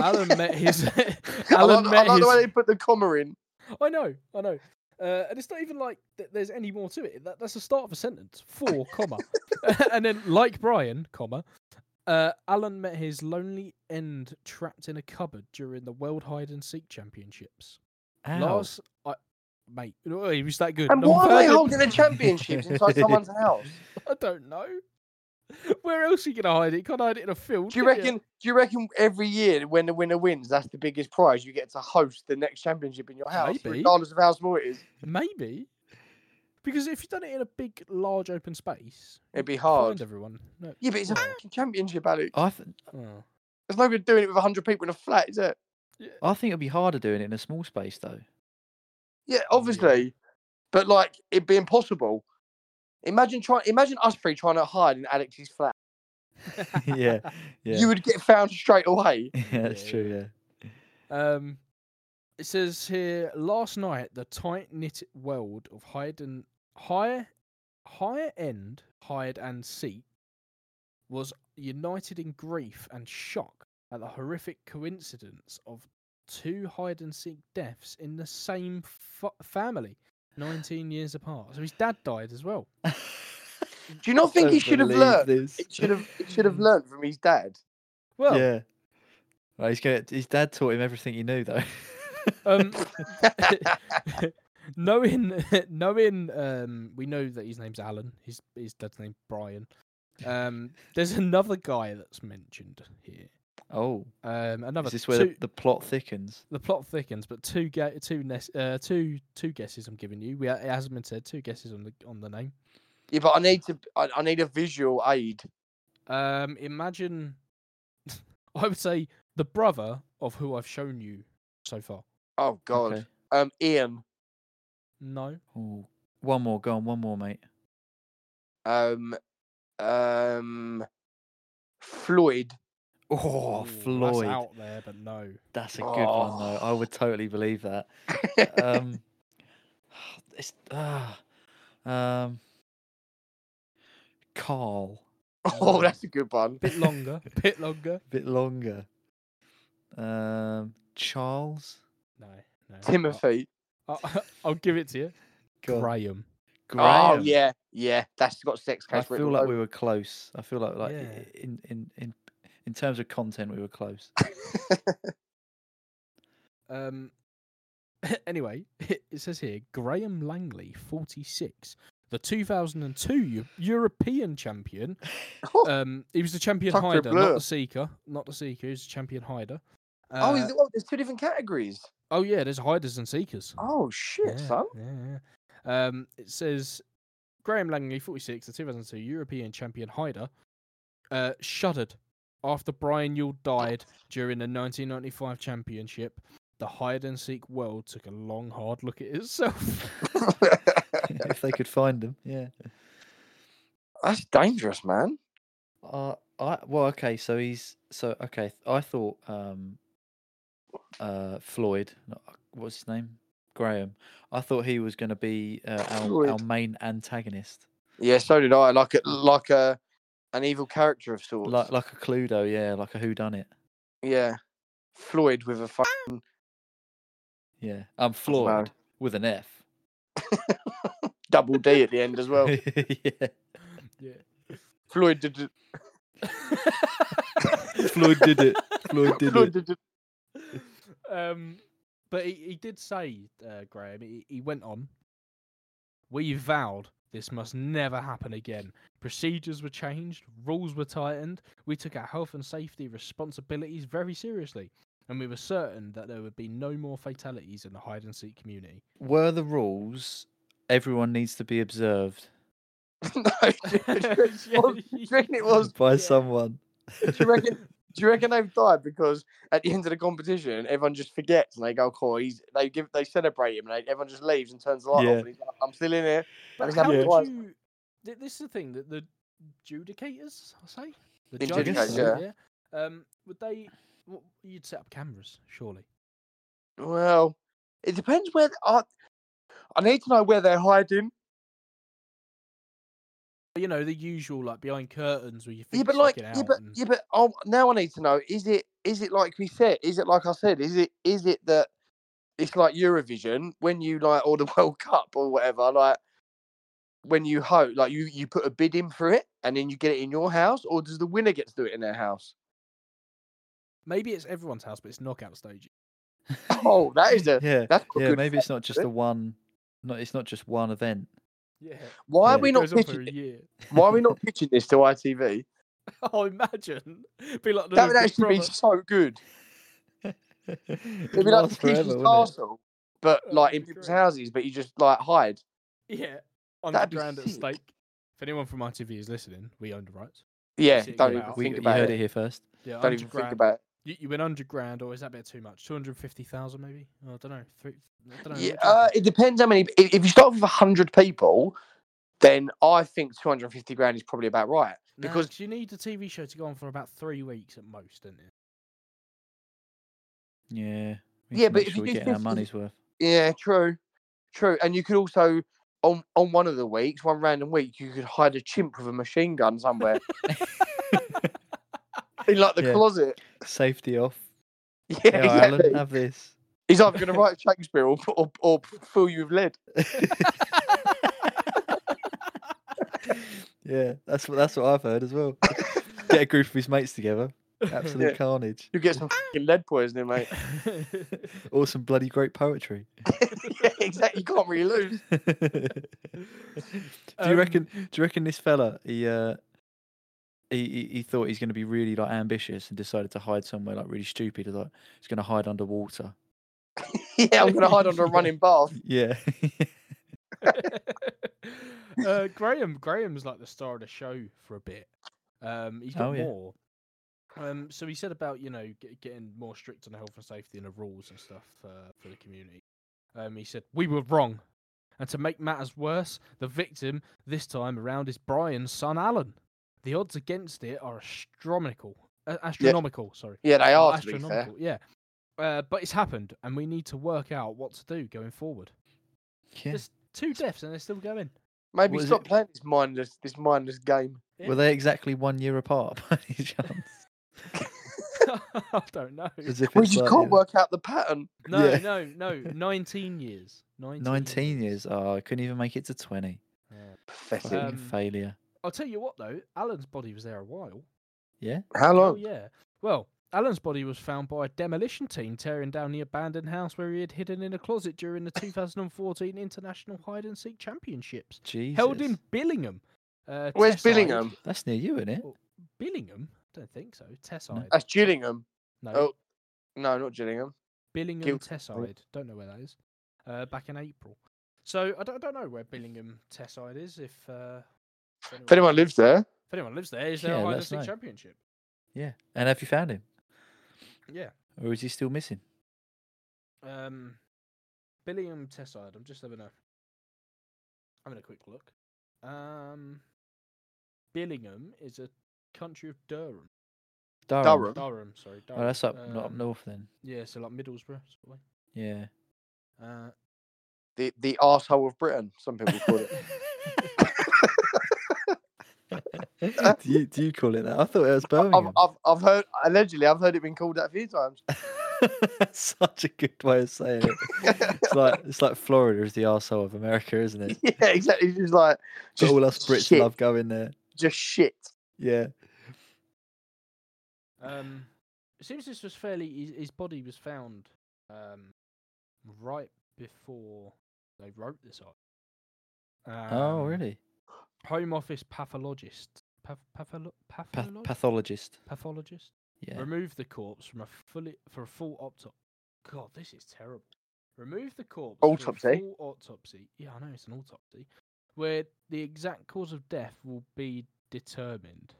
Speaker 4: Alan met his.
Speaker 2: <laughs> <laughs> I
Speaker 4: <laughs> Alan
Speaker 2: like,
Speaker 4: met
Speaker 2: I like the way
Speaker 4: his.
Speaker 2: they put the comma in.
Speaker 4: I know, I know. Uh, and it's not even like th- there's any more to it. That, that's the start of a sentence. <laughs> For, comma. and then, like Brian, comma, uh, Alan met his lonely end trapped in a cupboard during the World Hide and Seek Championships.
Speaker 3: Ow.
Speaker 4: Lars, I, mate, no, he was that good.
Speaker 2: And
Speaker 4: No,
Speaker 2: why are
Speaker 4: I
Speaker 2: they
Speaker 4: don't-
Speaker 2: holding the championships inside
Speaker 3: <laughs>
Speaker 2: someone's house?
Speaker 4: <laughs> I don't know. <laughs> Where else are you gonna hide it? You can't hide it in a field.
Speaker 2: Do you
Speaker 4: can
Speaker 2: reckon? Do you reckon every year when the winner wins, that's the biggest prize? You get to host the next championship in your house,
Speaker 4: Maybe.
Speaker 2: regardless of how small it is.
Speaker 4: Maybe, because if you've done it in a big, large open space,
Speaker 2: It'd be
Speaker 4: find
Speaker 2: hard.
Speaker 4: everyone. No,
Speaker 2: Yeah, but it's a
Speaker 4: Well.
Speaker 2: fucking championship, Alex.
Speaker 3: I th-
Speaker 4: oh.
Speaker 2: There's no good doing it with hundred people in a flat, is it?
Speaker 3: I think it'd be harder doing it in a small space though.
Speaker 2: Yeah,
Speaker 4: Oh, yeah.
Speaker 2: obviously, but like it'd be impossible. Imagine trying. Imagine us three trying to hide in Alex's flat.
Speaker 3: <laughs> yeah, yeah.
Speaker 2: You would get found straight away.
Speaker 3: <laughs> yeah, that's
Speaker 4: Yeah,
Speaker 3: true. Yeah.
Speaker 4: Um, it says here last night the tight knit world of hide and higher higher end hide and seek was united in grief and shock at the horrific coincidence of two hide and seek deaths in the same fa- family 19 years apart. So his dad died as well.
Speaker 3: <laughs>
Speaker 2: Do you not think he
Speaker 3: Don't
Speaker 2: should have
Speaker 3: believe
Speaker 2: learned?
Speaker 3: this.
Speaker 2: It should have. It
Speaker 3: <laughs>
Speaker 2: should have learned from his dad.
Speaker 4: Well,
Speaker 3: Yeah. Right, he's gonna, his dad taught him everything he knew, though. <laughs>
Speaker 4: um, <laughs> knowing <laughs> knowing um, we know that his name's Alan. His his dad's name Brian. Um, there's another guy that's mentioned here.
Speaker 3: oh,
Speaker 4: Um, another
Speaker 3: is this where
Speaker 4: two,
Speaker 3: the, the plot thickens?
Speaker 4: the plot thickens, but two ga- two nes- uh, two two guesses I'm giving you. We ha- it hasn't been said. Two guesses on the on the name.
Speaker 2: Yeah, but I need to. I, I need a visual aid.
Speaker 4: Um, imagine, <laughs> I would say the brother of who I've shown you so far.
Speaker 2: Oh God.
Speaker 3: Okay.
Speaker 2: Um, Ian.
Speaker 4: No,
Speaker 3: Ooh, one more, go on, one more, mate.
Speaker 2: Um, um, Floyd. <laughs>
Speaker 3: Oh,
Speaker 4: Ooh,
Speaker 3: Floyd.
Speaker 4: That's out there, but no.
Speaker 3: That's a good one, though. I
Speaker 2: Oh.
Speaker 3: would totally believe
Speaker 2: <laughs>
Speaker 3: that. Um, <sighs> it's ah, um, Carl.
Speaker 2: oh, that's a good one.
Speaker 4: Bit longer. <laughs> bit longer.
Speaker 3: bit longer. Um, Charles.
Speaker 4: No, no. I'll-
Speaker 2: Timothy.
Speaker 4: I'll, <laughs> I'll give it to you.
Speaker 3: Go on.
Speaker 4: Graham.
Speaker 2: Oh
Speaker 3: Graham.
Speaker 2: yeah, yeah. That's got sex
Speaker 3: I
Speaker 2: case.
Speaker 3: feel like we were close. I feel like like i-
Speaker 4: Yeah.
Speaker 3: in in in in terms of content, we
Speaker 2: <laughs>
Speaker 3: were close. <laughs>
Speaker 4: Um. <laughs> Anyway, <laughs> it says here Graham Langley, 46, the 2002 Eu- European champion.
Speaker 2: <laughs> Oh,
Speaker 4: Um, he was the champion
Speaker 2: Tucker
Speaker 4: hider, not
Speaker 2: Blur.
Speaker 4: the seeker, not the seeker. He was the champion hider.
Speaker 2: oh,
Speaker 4: Uh,
Speaker 2: is it- oh, there's two different categories.
Speaker 4: Oh yeah, there's hiders and seekers.
Speaker 2: Oh shit,
Speaker 4: yeah,
Speaker 2: son. <laughs>
Speaker 4: yeah, yeah. Um, it says Graham Langley, 46, the 2002 European champion hider, uh, shuddered after Brian Yule died during the 1995 championship. The hide and seek world took a long, hard look at itself. <laughs>
Speaker 3: if they could find them, yeah.
Speaker 2: that's dangerous, man.
Speaker 3: Uh, I well, okay. So he's so okay. I thought um, uh, Floyd. no, uh, What's his name? Graham. I thought he was going to be uh, our, our
Speaker 2: Floyd.
Speaker 3: main antagonist,
Speaker 2: Yeah, so did I. Like a like a an evil character of sorts.
Speaker 3: like like a Cluedo, yeah, like a Who Done It,
Speaker 2: yeah, Floyd with a fucking.
Speaker 3: yeah. I'm Floyd with an F.
Speaker 2: double D at the end as
Speaker 3: <laughs>
Speaker 2: well.
Speaker 3: yeah.
Speaker 2: Floyd did it.
Speaker 3: Floyd did it.
Speaker 2: <laughs>
Speaker 3: Floyd did
Speaker 2: Floyd
Speaker 3: it.
Speaker 2: did it.
Speaker 4: <laughs> um, but he, he did say, uh, Graham, he, he went on, We vowed this must never happen again. Procedures were changed, rules were tightened, we took our health and safety responsibilities very seriously, and we were certain that there would be no more fatalities in the hide and seek community.
Speaker 3: Were the rules everyone needs to be observed
Speaker 2: no, do you
Speaker 4: <laughs>
Speaker 2: reckon it was- do you reckon it was?
Speaker 3: by
Speaker 4: Yeah.
Speaker 3: someone?
Speaker 2: Do you reckon? Do you reckon they've died because at the end of the competition, everyone just forgets and they go, "Cool." He's they give they celebrate him and they, everyone just leaves and turns the light
Speaker 3: Yeah.
Speaker 2: off. And he's like, "I'm still in here."
Speaker 4: But
Speaker 2: it's
Speaker 4: how
Speaker 2: happened
Speaker 4: would
Speaker 2: twice.
Speaker 4: you? th- This is the thing that the judicators, I say, the
Speaker 2: The
Speaker 4: judges,
Speaker 3: judicators,
Speaker 2: yeah.
Speaker 4: yeah, Um, would they? w you'd set up cameras, surely.
Speaker 2: Well, it depends where. th- I, I need to know where they're hiding.
Speaker 4: You know, the usual like behind curtains where you.
Speaker 2: Yeah,
Speaker 4: feet
Speaker 2: but like,
Speaker 4: sticking
Speaker 2: yeah,
Speaker 4: out
Speaker 2: but
Speaker 4: and-
Speaker 2: yeah, but oh, now I need to know: is it is it like we said? Is it like I said? Is it is it that it's like Eurovision when you like or the <laughs> World Cup or whatever? Like when you hope, like you you put a bid in for it and then you get it in your house, or does the winner get to do it in their house?
Speaker 4: Maybe it's everyone's house, but it's knockout stages.
Speaker 2: Oh, that is a
Speaker 3: <laughs> Yeah.
Speaker 2: that's a
Speaker 3: Yeah,
Speaker 2: good.
Speaker 3: maybe it's not just
Speaker 2: it. <laughs>
Speaker 3: the one. Not it's not just one event.
Speaker 4: Yeah.
Speaker 2: Why
Speaker 3: yeah,
Speaker 2: are we
Speaker 4: it
Speaker 2: not
Speaker 4: goes on for
Speaker 2: pitching?
Speaker 4: a year. <laughs>
Speaker 2: Why are we not pitching this to ITV?
Speaker 4: Oh, imagine. <laughs> Be like the
Speaker 2: That would
Speaker 4: Big
Speaker 2: actually be
Speaker 4: Brother.
Speaker 2: so good.
Speaker 3: It'd
Speaker 2: It'd be like
Speaker 3: last
Speaker 2: Peach's
Speaker 3: wouldn't it?
Speaker 2: Castle, but
Speaker 4: That
Speaker 2: like
Speaker 4: would
Speaker 2: in
Speaker 4: be
Speaker 2: people's
Speaker 4: great.
Speaker 2: houses, but you just like hide.
Speaker 4: Yeah.
Speaker 2: That'd be
Speaker 4: Underground at
Speaker 2: sick.
Speaker 4: stake. If anyone from ITV is listening, we own the rights.
Speaker 2: Yeah,
Speaker 4: Basically,
Speaker 2: don't
Speaker 4: yeah.
Speaker 2: even
Speaker 3: We,
Speaker 2: think
Speaker 3: you
Speaker 2: about
Speaker 3: heard
Speaker 2: it.
Speaker 3: it here first.
Speaker 4: Yeah,
Speaker 2: Don't even
Speaker 4: 100 grand.
Speaker 2: think about it.
Speaker 4: You, you win 100 grand, or is that a bit too much? 250,000 maybe? Oh, I don't know. Three, I don't know.
Speaker 2: Yeah, uh, it depends how many. If, if you start with hundred people, then I think two hundred and fifty grand is probably about right. because-
Speaker 4: you need a TV show to go on for about three weeks at most, don't you?
Speaker 3: Yeah. we need
Speaker 2: Yeah,
Speaker 3: to
Speaker 2: but
Speaker 3: make
Speaker 2: if
Speaker 3: sure
Speaker 2: you
Speaker 3: we
Speaker 2: do
Speaker 3: get our
Speaker 2: 50 <laughs>
Speaker 3: money's worth.
Speaker 2: Yeah, true, true. And you could also on on one of the weeks, one random week, you could hide a chimp with a machine gun <laughs> somewhere in like the
Speaker 3: Yeah.
Speaker 2: closet.
Speaker 3: Safety off.
Speaker 2: <laughs> Yeah,
Speaker 3: Hey, Ireland, uh
Speaker 2: exactly.
Speaker 3: have this.
Speaker 2: He's either going to write Shakespeare or, or, or fill you with lead.
Speaker 3: yeah, that's what that's what I've heard as well. <laughs> Get a group of his mates together. Absolute
Speaker 2: Yeah.
Speaker 3: carnage.
Speaker 2: You get some fucking lead poisoning, <laughs> mate.
Speaker 3: Or some bloody great poetry.
Speaker 2: yeah, exactly. You can't really lose. <laughs>
Speaker 3: do you
Speaker 4: Um,
Speaker 3: reckon? Do you reckon this fella he uh, he he- he thought he's going to be really like ambitious and decided to hide somewhere like really stupid, like he's going to hide underwater.
Speaker 2: yeah, I'm going to hide under a running bath.
Speaker 3: <laughs> Yeah,
Speaker 4: uh, Graham, Graham's like the star of the show for a bit. Um, he's got
Speaker 3: Oh, yeah.
Speaker 4: more. Um, so he said about you know get, getting more strict on health and safety and the rules and stuff uh, for the community. Um, he said we were wrong, and to make matters worse, the victim this time around is Brian's son Alan. The odds against it are astronomical. Uh, astronomical, sorry.
Speaker 2: Yeah, they
Speaker 4: Well,
Speaker 2: are, to be fair.
Speaker 4: astronomical, yeah. Uh, but it's happened, and we need to work out what to do going forward.
Speaker 3: yeah.
Speaker 4: There's two deaths, and they're still
Speaker 3: <laughs>
Speaker 4: going. <laughs>
Speaker 2: Maybe
Speaker 3: What is
Speaker 2: stop
Speaker 3: it?
Speaker 2: playing this mindless, this mindless game.
Speaker 3: Were they exactly one year apart by
Speaker 2: <laughs>
Speaker 3: any chance?
Speaker 4: I don't know.
Speaker 3: As if
Speaker 2: We
Speaker 3: it's
Speaker 2: just
Speaker 3: like,
Speaker 2: can't
Speaker 3: yeah,
Speaker 2: work out the pattern.
Speaker 4: No,
Speaker 3: Yeah.
Speaker 4: no, no. Nineteen years. Nineteen.
Speaker 3: Nineteen years. Oh, I couldn't even make it to twenty.
Speaker 4: Yeah.
Speaker 2: Pathetic.
Speaker 3: Fucking
Speaker 4: Um,
Speaker 3: failure.
Speaker 4: I'll tell you what, though. Alan's body was there a while.
Speaker 3: Yeah.
Speaker 2: How
Speaker 4: Oh
Speaker 2: long?
Speaker 4: yeah. Well, Alan's body was found by a demolition team tearing down the abandoned house where he had hidden in a closet
Speaker 3: <laughs>
Speaker 4: during the 2014 International Hide and Seek Championships,
Speaker 3: Jesus.
Speaker 4: held in Billingham. Uh,
Speaker 2: Where's
Speaker 4: Teesside-
Speaker 2: Billingham?
Speaker 3: That's near you, isn't
Speaker 4: Oh.
Speaker 3: it?
Speaker 4: Billingham? Don't think so. Tesside.
Speaker 2: That's Gillingham.
Speaker 4: No.
Speaker 2: Oh, no, not Gillingham.
Speaker 4: Billingham
Speaker 2: Guild-
Speaker 4: Tesside. Don't know where that is. Uh, back in April. So I don't, I don't know where Billingham Tesside is. If, uh, if
Speaker 2: If anyone lives there,
Speaker 4: if anyone lives there, is there
Speaker 3: Yeah,
Speaker 4: a
Speaker 3: let
Speaker 4: hide and
Speaker 3: us
Speaker 4: seek
Speaker 3: know.
Speaker 4: championship?
Speaker 3: Yeah. And have you found him,
Speaker 4: Yeah.
Speaker 3: or is he still missing?
Speaker 4: Um, Billingham Tesside. I'm just having a having a quick look. Um, Billingham is a country of Durham.
Speaker 3: Durham.
Speaker 2: Durham.
Speaker 4: Durham, sorry. Durham.
Speaker 3: Oh, that's up not up
Speaker 4: Um,
Speaker 3: north then.
Speaker 4: Yeah, so like Middlesbrough. Sort of way.
Speaker 2: <laughs>
Speaker 3: Yeah.
Speaker 4: Uh,
Speaker 2: the, the arsehole of Britain, some people call
Speaker 3: <laughs>
Speaker 2: it.
Speaker 3: do you do you call it that? I thought
Speaker 2: <laughs>
Speaker 3: it was
Speaker 2: I've,
Speaker 3: Birmingham.
Speaker 2: I've, I've heard, allegedly, I've heard it been called that a few times.
Speaker 3: <laughs>
Speaker 2: <laughs>
Speaker 3: Such a good way of saying it. It's like it's like Florida is the arsehole of America, isn't it?
Speaker 2: <laughs> yeah, exactly. It's just like,
Speaker 3: But
Speaker 2: just
Speaker 3: all us Brits
Speaker 2: shit.
Speaker 3: love going there.
Speaker 2: Just shit.
Speaker 3: Yeah.
Speaker 4: Um, it seems this was fairly. e-, His, his body was found um, right before they wrote this up.
Speaker 3: oh
Speaker 4: Um,
Speaker 3: really?
Speaker 4: Home Office pathologist, path, patholo-
Speaker 3: Pa-
Speaker 4: patholog-
Speaker 3: pathologist.
Speaker 4: pathologist
Speaker 3: Yeah.
Speaker 4: removed the corpse from a fully for a full autopsy. God, this is terrible. Removed the corpse for a
Speaker 2: Autopsy?
Speaker 4: full autopsy. Yeah, I know it's an autopsy, where the exact cause of death will be determined.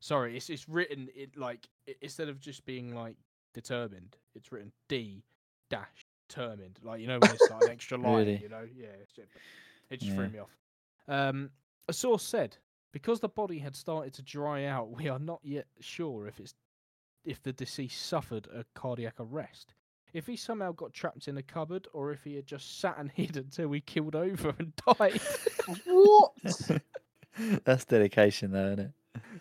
Speaker 4: Sorry, it's it's written it like i instead of just being like determined, it's written D dash determined. Like you know when it's like
Speaker 3: <laughs>
Speaker 4: an extra line,
Speaker 3: Really?
Speaker 4: you know? Yeah, it's ju- it just threw
Speaker 3: Yeah.
Speaker 4: me off. Um, a source said because the body had started to dry out, <laughs> we are not yet sure if it's if the deceased suffered a cardiac arrest. If he somehow got trapped in a cupboard, or if he had just sat and <laughs> hid until we killed over and <laughs> died. <laughs>
Speaker 3: <laughs>
Speaker 2: What?
Speaker 3: That's dedication though, isn't it?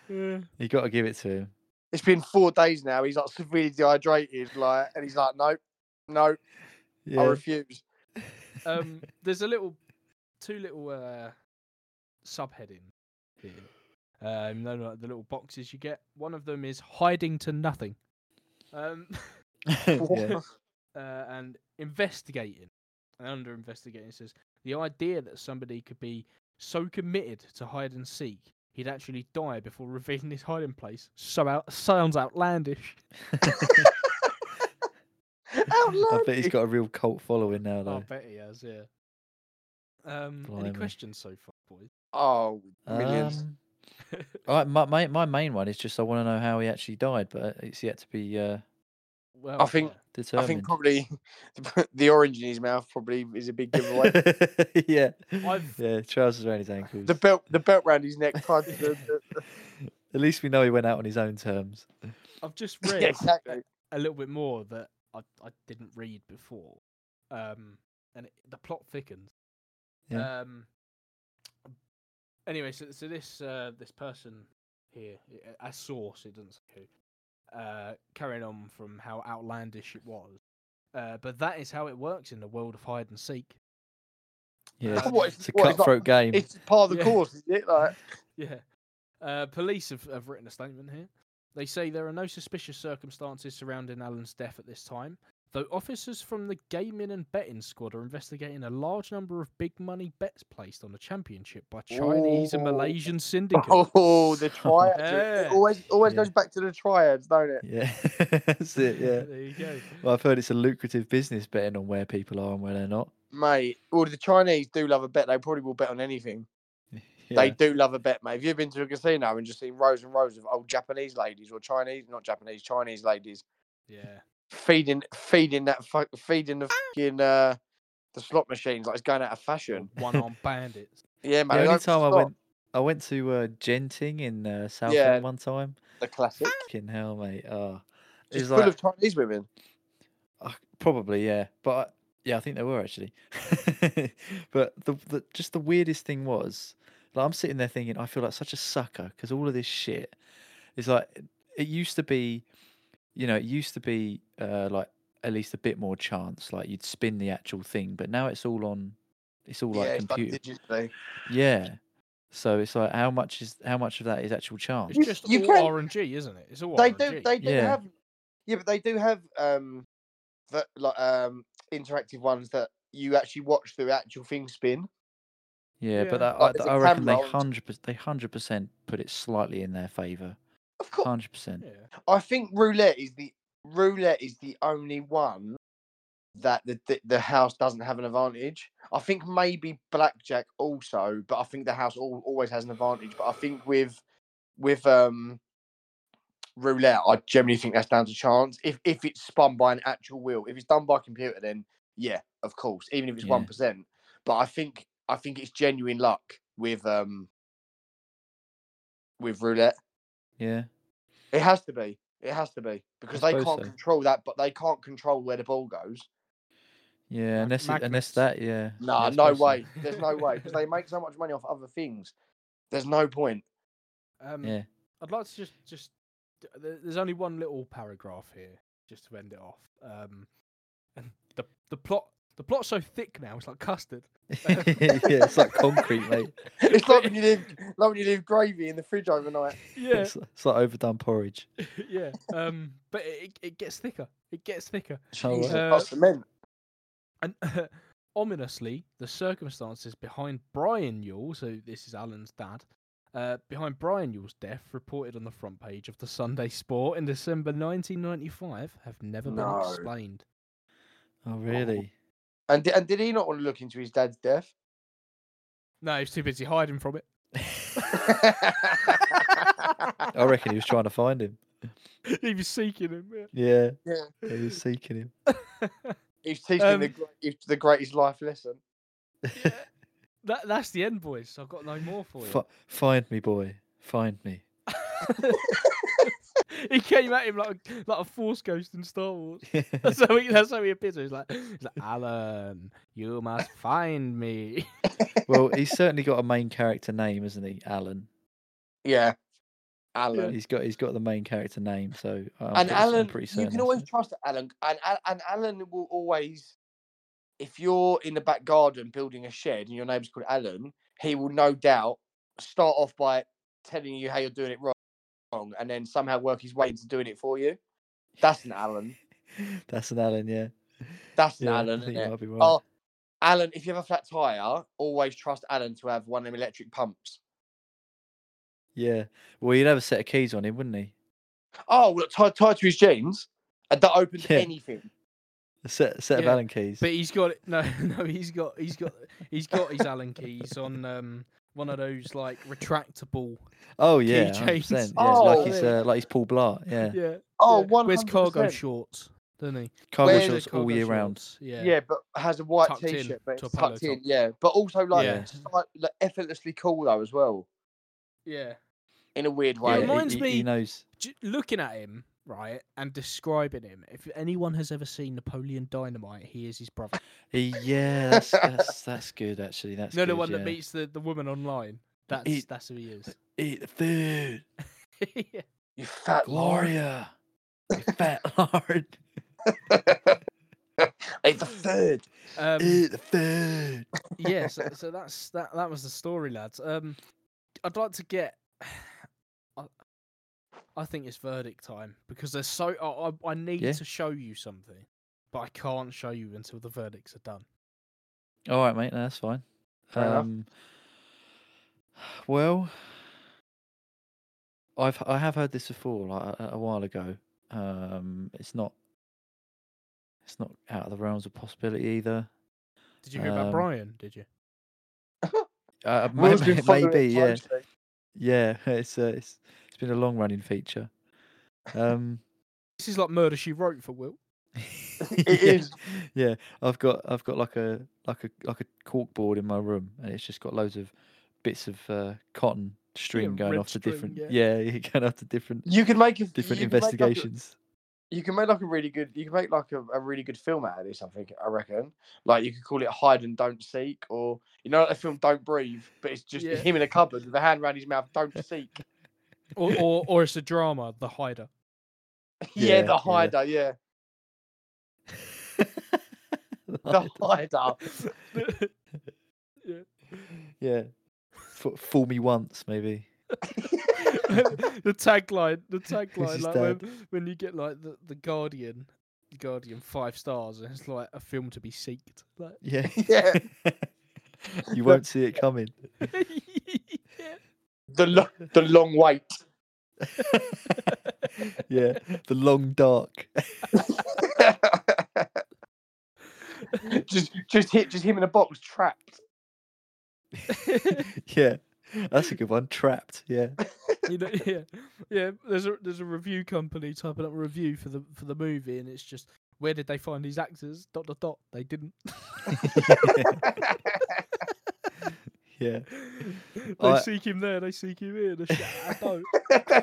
Speaker 4: yeah.
Speaker 3: You gotta give it to him.
Speaker 2: It's been four days now. He's like severely dehydrated, like, and he's like, nope, no, I
Speaker 3: Yeah.
Speaker 2: refuse.
Speaker 4: Um, there's a little, two little uh, subheading here. Um, they're like the little boxes you get. One of them is hiding to nothing. Um,
Speaker 3: <laughs>
Speaker 2: <laughs>
Speaker 3: Yeah.
Speaker 4: uh, and investigating. And under investigating it says the idea that somebody could be so committed to hide and seek he'd actually die before <laughs> revealing his hiding place so out- sounds outlandish.
Speaker 3: I bet he's
Speaker 2: Outlandish.
Speaker 3: got a real cult following now
Speaker 4: I
Speaker 3: though.
Speaker 4: bet he has, yeah. Um,
Speaker 3: Blimey.
Speaker 4: any questions so far, boys?
Speaker 2: <laughs>
Speaker 4: <laughs>
Speaker 2: Oh, millions.
Speaker 3: Um, all right, my, my my main one is just I want to know how he actually died, but it's yet to be uh,
Speaker 4: Well,
Speaker 2: think-
Speaker 4: yeah.
Speaker 3: determined.
Speaker 2: I think
Speaker 3: <laughs>
Speaker 2: probably <laughs> the orange in his mouth probably is a big giveaway.
Speaker 3: <laughs> yeah,
Speaker 4: I've-
Speaker 3: yeah, trousers around his ankles.
Speaker 2: the belt, the belt round his neck. tied to the- the-
Speaker 3: <laughs> At least we know he went out on his own terms.
Speaker 4: I've just
Speaker 2: the-
Speaker 4: read
Speaker 2: yeah, exactly.
Speaker 4: a little bit more that I, I didn't read before. Um, and it, the plot thickens.
Speaker 3: Yeah.
Speaker 4: Um, anyway, so, so this uh, this person here, i- a- as source, it doesn't say who, uh, carrying on from how outlandish it was. Uh, but that is how it works in the world of hide and seek.
Speaker 3: Yeah,
Speaker 2: <laughs>
Speaker 4: Uh,
Speaker 2: What,
Speaker 3: it's a
Speaker 2: what, it's not-
Speaker 3: cutthroat game.
Speaker 2: It's part of the
Speaker 4: Yeah.
Speaker 2: course, is it? Like,
Speaker 4: Yeah. Uh, police have, have written a statement here. They say there are no suspicious circumstances surrounding Allen's death at this time, though officers from the gaming and betting squad are investigating a large number of big money bets placed on the championship by Chinese and
Speaker 2: Ooh. <laughs>
Speaker 4: Malaysian syndicates.
Speaker 2: oh,
Speaker 3: <laughs>
Speaker 2: the triads.
Speaker 4: Yeah.
Speaker 2: It always always
Speaker 3: Yeah.
Speaker 2: goes back to the triads, don't it?
Speaker 3: Yeah, <laughs> that's it. Yeah.
Speaker 4: there you go.
Speaker 3: Well, I've heard it's a lucrative business betting on where people are and where they're not. <laughs>
Speaker 2: Mate, well, the Chinese do love a bet. They probably will bet on anything. They
Speaker 3: Yeah.
Speaker 2: do love a bet, mate. Have you been to a casino and just seen rows and rows of old Japanese ladies or Chinese, not Japanese, Chinese ladies <laughs>
Speaker 4: Yeah.
Speaker 2: feeding, feeding that, fu- feeding
Speaker 3: Ah.
Speaker 2: the fucking uh, the slot machines like it's going out of fashion.
Speaker 4: One armed bandits.
Speaker 2: Yeah,
Speaker 3: The
Speaker 2: mate.
Speaker 3: only
Speaker 2: like,
Speaker 3: time I
Speaker 2: slot,
Speaker 3: went, I went to uh, Genting in uh, Southend
Speaker 2: Yeah.
Speaker 3: one time.
Speaker 2: the classic,
Speaker 3: Fucking hell, mate. Oh,
Speaker 2: it's
Speaker 3: it's
Speaker 2: full
Speaker 3: like
Speaker 2: of Chinese women.
Speaker 3: uh, probably yeah, but I, yeah, I think there were actually. <laughs> but the, the just the weirdest thing was, like, I'm sitting there thinking, I feel like such a sucker because all of this shit is like it- it used to be, you know, it used to be uh, like at least a bit more chance, like you'd spin the actual thing, but now it's all on, it's all like
Speaker 2: yeah,
Speaker 3: computer.
Speaker 2: it's like digitally.
Speaker 3: Yeah. So it's like how much is how much of that is actual chance?
Speaker 4: It's just
Speaker 2: you
Speaker 4: all
Speaker 2: can-
Speaker 4: RNG, isn't it? It's all
Speaker 2: They
Speaker 4: RNG.
Speaker 2: do, they do
Speaker 3: Yeah.
Speaker 2: have, yeah, but they do have um, the, like um, interactive ones that you actually watch the actual thing spin.
Speaker 3: Yeah, but
Speaker 4: Yeah.
Speaker 3: I,
Speaker 2: Like,
Speaker 3: I,
Speaker 2: there's a
Speaker 3: I reckon they
Speaker 2: camera on-
Speaker 3: hundred percent they hundred percent put it slightly in their favour.
Speaker 2: Of course,
Speaker 3: Hundred percent.
Speaker 4: Yeah.
Speaker 2: I think roulette is the roulette is the only one that the, the the house doesn't have an advantage. I think maybe blackjack also, but I think the house al always has an advantage. But I think with with um roulette, I generally think that's down to chance. If if it's spun by an actual wheel, if it's done by a computer, then yeah, of course, even if it's
Speaker 3: Yeah.
Speaker 2: one But I think I think it's genuine luck with um with roulette.
Speaker 3: Yeah.
Speaker 2: It has to be. It has to be because they
Speaker 3: suppose
Speaker 2: can't
Speaker 3: so.
Speaker 2: control that, but they can't control where the ball goes.
Speaker 4: Mag-
Speaker 3: Yeah. Unless it, unless
Speaker 4: magnets.
Speaker 3: that yeah. yeah,
Speaker 2: Nah,
Speaker 3: I
Speaker 2: no
Speaker 3: suppose so.
Speaker 2: way. There's no way because they make so much money off other things. There's no
Speaker 3: <laughs>
Speaker 2: point.
Speaker 4: Um, <laughs>
Speaker 3: Yeah. <laughs>
Speaker 4: I'd like to just just th- there- there's only one little paragraph here just to end it off. Um, and the the plot the plot's so thick now it's like custard.
Speaker 3: <laughs> yeah, it's like concrete, <laughs> mate.
Speaker 2: It's like when you leave, like when you leave gravy in the fridge overnight.
Speaker 4: <laughs> Yeah,
Speaker 3: It's, it's like overdone porridge.
Speaker 4: <laughs> yeah. Um, but it it- it gets thicker. It gets thicker.
Speaker 3: Oh,
Speaker 2: Jesus,
Speaker 4: right.
Speaker 2: that's cement.
Speaker 4: And <laughs> ominously, the circumstances behind Brian Yule, so this is Alan's dad, uh, behind Brian Yule's death, reported on the front page of the Sunday Sport in December 1995, have never
Speaker 2: No.
Speaker 4: been explained.
Speaker 3: Oh really?
Speaker 2: And di- and did he not want to look into his dad's
Speaker 3: <laughs>
Speaker 2: death? <laughs>
Speaker 4: No, he's too busy hiding from it. <laughs>
Speaker 3: I reckon he was trying to find him.
Speaker 4: he was seeking him. Yeah. <laughs>
Speaker 3: Yeah.
Speaker 2: Yeah.
Speaker 3: He was seeking him.
Speaker 2: He's teaching the
Speaker 4: Um,
Speaker 2: gre- he's the greatest life lesson.
Speaker 4: That that's the end, boys. I've got no more for you.
Speaker 3: Fi find me, boy. Find me.
Speaker 4: <laughs> he came at him like a- like a force ghost in Star Wars. <laughs>
Speaker 3: <laughs>
Speaker 4: That's how he that's how he appears. He's like, he's like Alan, you must find me. <laughs>
Speaker 3: well, he's certainly got a main character name, isn't he? Alan.
Speaker 2: Yeah, Alan.
Speaker 3: He's got he's got the main character name, so I'm
Speaker 2: and
Speaker 3: pretty, s- I'm
Speaker 2: Alan,
Speaker 3: pretty certain
Speaker 2: you can
Speaker 3: that's
Speaker 2: always
Speaker 3: it.
Speaker 2: trust Alan, and Al- and Alan will always, if you're in the back garden building a shed and your neighbour's called Alan, he will no doubt start off by telling you how you're doing it wrong, and then somehow work his way into doing it for you. That's an Alan.
Speaker 3: <laughs> That's an Alan, yeah.
Speaker 2: That's an
Speaker 3: yeah,
Speaker 2: Alan.
Speaker 3: I
Speaker 2: Isn't
Speaker 3: think you
Speaker 2: it?
Speaker 3: might be right.
Speaker 2: Oh, Alan, if you have a flat tire, always trust Alan to have one of them electric pumps.
Speaker 3: Yeah. Well, he'd have a set of keys on him, wouldn't he?
Speaker 2: Oh, well, tied tied to his jeans, and that opens
Speaker 3: Yeah.
Speaker 2: anything.
Speaker 3: A set, set of
Speaker 4: Yeah,
Speaker 3: Allen keys.
Speaker 4: But he's got <laughs> no no he's got he's got he's got his Allen keys on um one of those like retractable
Speaker 3: oh yeah,
Speaker 4: keychains.
Speaker 3: 100%. Yeah,
Speaker 2: Oh,
Speaker 3: like he's
Speaker 2: yeah.
Speaker 3: uh, like he's Paul Blart. Yeah,
Speaker 4: yeah.
Speaker 2: Oh,
Speaker 4: yeah.
Speaker 2: one
Speaker 4: Wears cargo
Speaker 2: shorts.
Speaker 4: shorts, doesn't he?
Speaker 3: cargo
Speaker 2: Where-
Speaker 3: shorts all
Speaker 4: Cargo
Speaker 3: year round.
Speaker 4: shorts,
Speaker 2: Yeah.
Speaker 4: Yeah.
Speaker 2: but has a white
Speaker 4: Tucked in
Speaker 2: t-shirt, but
Speaker 4: to
Speaker 2: it's
Speaker 4: a polo
Speaker 2: tucked in.
Speaker 4: top.
Speaker 2: Yeah, but also like,
Speaker 4: Yeah.
Speaker 2: like, like effortlessly cool though as well
Speaker 4: Yeah.
Speaker 2: in a weird
Speaker 3: Yeah,
Speaker 2: way.
Speaker 3: he-
Speaker 4: reminds <laughs>
Speaker 3: he,
Speaker 4: me-
Speaker 3: He knows.
Speaker 4: J- looking at him, right, and describing him. If anyone has ever seen Napoleon Dynamite, he is his brother.
Speaker 3: He, yeah, that's, that's that's good actually. That's
Speaker 4: no,
Speaker 3: good,
Speaker 4: the one
Speaker 3: yeah.
Speaker 4: that beats the, the woman online. That's
Speaker 3: He-
Speaker 4: that's who he
Speaker 3: <laughs>
Speaker 4: is. <laughs>
Speaker 3: Eat the food,
Speaker 4: yeah.
Speaker 2: You fat lord.
Speaker 3: <laughs> Gloria, you fat lord.
Speaker 2: It's the
Speaker 3: <laughs>
Speaker 2: third.
Speaker 4: Um,
Speaker 2: It's the third.
Speaker 4: yeah,
Speaker 3: <laughs>
Speaker 4: so, so that's that. That was the story, lads. Um, I'd like to get. <sighs> I, I think it's verdict time because there's so. I I, I need
Speaker 3: Yeah.
Speaker 4: to show you something, but I can't show you until the verdicts are done.
Speaker 3: All right, mate. No, that's fine. Um,
Speaker 2: Fair enough.
Speaker 3: well, I've I have heard this before, like a, a while ago. Um, it's not it's not out of the realms of possibility either.
Speaker 4: Did you hear about
Speaker 3: Um,
Speaker 4: Brian? Did you?
Speaker 3: Uh,
Speaker 2: Will's
Speaker 3: <laughs> maybe,
Speaker 2: been following
Speaker 3: maybe,
Speaker 2: it
Speaker 3: yeah,
Speaker 2: closely.
Speaker 3: yeah. <laughs> It's uh, it's it's been a long running feature.
Speaker 2: <laughs>
Speaker 3: Um,
Speaker 4: This is like murder she wrote for Will.
Speaker 3: yeah, <laughs>
Speaker 2: is.
Speaker 3: yeah. I've got I've got like a like a like a corkboard in my room, and it's just got loads of bits of uh, cotton string going
Speaker 4: red
Speaker 3: off to
Speaker 4: string,
Speaker 3: different
Speaker 4: yeah.
Speaker 3: yeah, <laughs> yeah going off to different
Speaker 2: You can make a
Speaker 3: <laughs> different
Speaker 2: you can make like a-
Speaker 3: investigations.
Speaker 2: <laughs> you can make like a really good. You can make like a, a really good film out of this. I think I reckon. Like you could call it "Hide and Don't Seek," or you know, like the film "Don't Breathe," but it's just
Speaker 4: Yeah.
Speaker 2: him in a cupboard with a hand around his mouth.
Speaker 3: <laughs>
Speaker 2: Don't seek. <laughs>
Speaker 4: Or or, or it's a drama, The
Speaker 3: <laughs>
Speaker 4: Hider. <laughs>
Speaker 2: yeah,
Speaker 3: Yeah,
Speaker 2: the
Speaker 3: yeah.
Speaker 2: hider.
Speaker 3: <laughs>
Speaker 2: Yeah, the
Speaker 3: <laughs>
Speaker 2: hider.
Speaker 3: yeah, F- fool me once maybe.
Speaker 4: the tagline, the tagline,
Speaker 3: is
Speaker 4: like when, when you get like the, the Guardian, the Guardian five stars, and it's like a film to be seeked. Like,
Speaker 3: Yeah,
Speaker 2: <laughs> Yeah.
Speaker 3: <laughs> you won't see it coming. <laughs>
Speaker 2: The lo- the long wait.
Speaker 3: yeah, the long dark. <laughs>
Speaker 2: <laughs>
Speaker 3: <laughs>
Speaker 2: just just hit just him in a box trapped.
Speaker 3: yeah, that's a good one. Trapped. Yeah.
Speaker 4: <laughs> you know, yeah, yeah. There's a there's a review company typing up a review for the for the movie, and it's just where did they find these actors? Dot dot dot. They didn't. <laughs>
Speaker 3: yeah.
Speaker 4: they
Speaker 3: I-
Speaker 4: seek him there. They seek him here. They sh-
Speaker 3: <laughs>
Speaker 4: I don't.
Speaker 3: <laughs>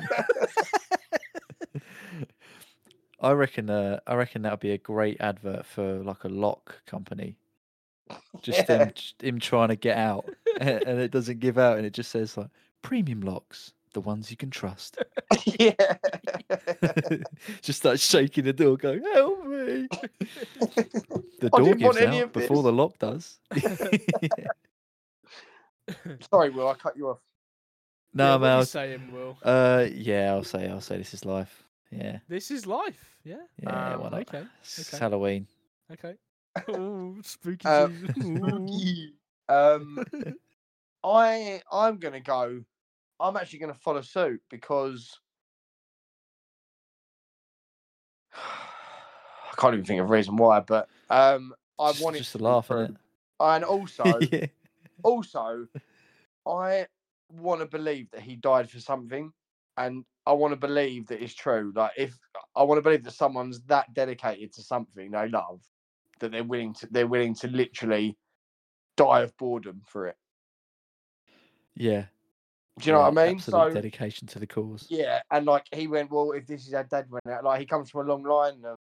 Speaker 3: I reckon. Uh, I reckon that would be a great advert for like a lock company. Just
Speaker 2: Yeah.
Speaker 3: him, just him trying to get out,
Speaker 2: <laughs>
Speaker 3: and, and it doesn't give out, and it just says like premium locks, the ones you can trust.
Speaker 2: <laughs>
Speaker 3: <laughs>
Speaker 2: yeah.
Speaker 3: just starts shaking the door, going, "Help
Speaker 2: <laughs>
Speaker 3: me!" The
Speaker 2: I
Speaker 3: door
Speaker 2: didn't want
Speaker 3: gives
Speaker 2: any
Speaker 3: out
Speaker 2: of
Speaker 3: before the lock does.
Speaker 2: Sorry, Will, I cut you off.
Speaker 3: no,
Speaker 4: yeah,
Speaker 3: man. I
Speaker 4: man.
Speaker 3: was-
Speaker 4: Saying Will,
Speaker 3: Uh, yeah, I'll say. I'll say this is life. Yeah,
Speaker 4: this is life. Yeah.
Speaker 3: yeah.
Speaker 2: Um,
Speaker 3: why not?
Speaker 4: Okay.
Speaker 3: It's
Speaker 4: okay.
Speaker 2: <laughs>
Speaker 3: Halloween.
Speaker 4: Okay. <laughs> Oh, spooky
Speaker 2: Uh,
Speaker 4: season. <laughs> Ooh.
Speaker 2: <laughs> um,
Speaker 3: <laughs>
Speaker 2: I I'm gonna go. I'm actually gonna follow suit because <sighs> I can't even think of a reason why, but um, I
Speaker 3: just,
Speaker 2: wanted
Speaker 3: just
Speaker 2: to
Speaker 3: to laugh
Speaker 2: at
Speaker 3: at
Speaker 2: and also
Speaker 3: it. <laughs> yeah.
Speaker 2: also I want to believe that he died for something, and I want to believe that it's true. Like if I want to believe that someone's that dedicated to something they love, that they're willing to they're willing to literally die of boredom for it.
Speaker 3: Yeah.
Speaker 2: Do you know what I
Speaker 3: Right,
Speaker 2: mean?
Speaker 3: Absolute
Speaker 2: So
Speaker 3: dedication to the cause.
Speaker 2: yeah, and like he went, well, if this is our dad went out, like he comes from a long line of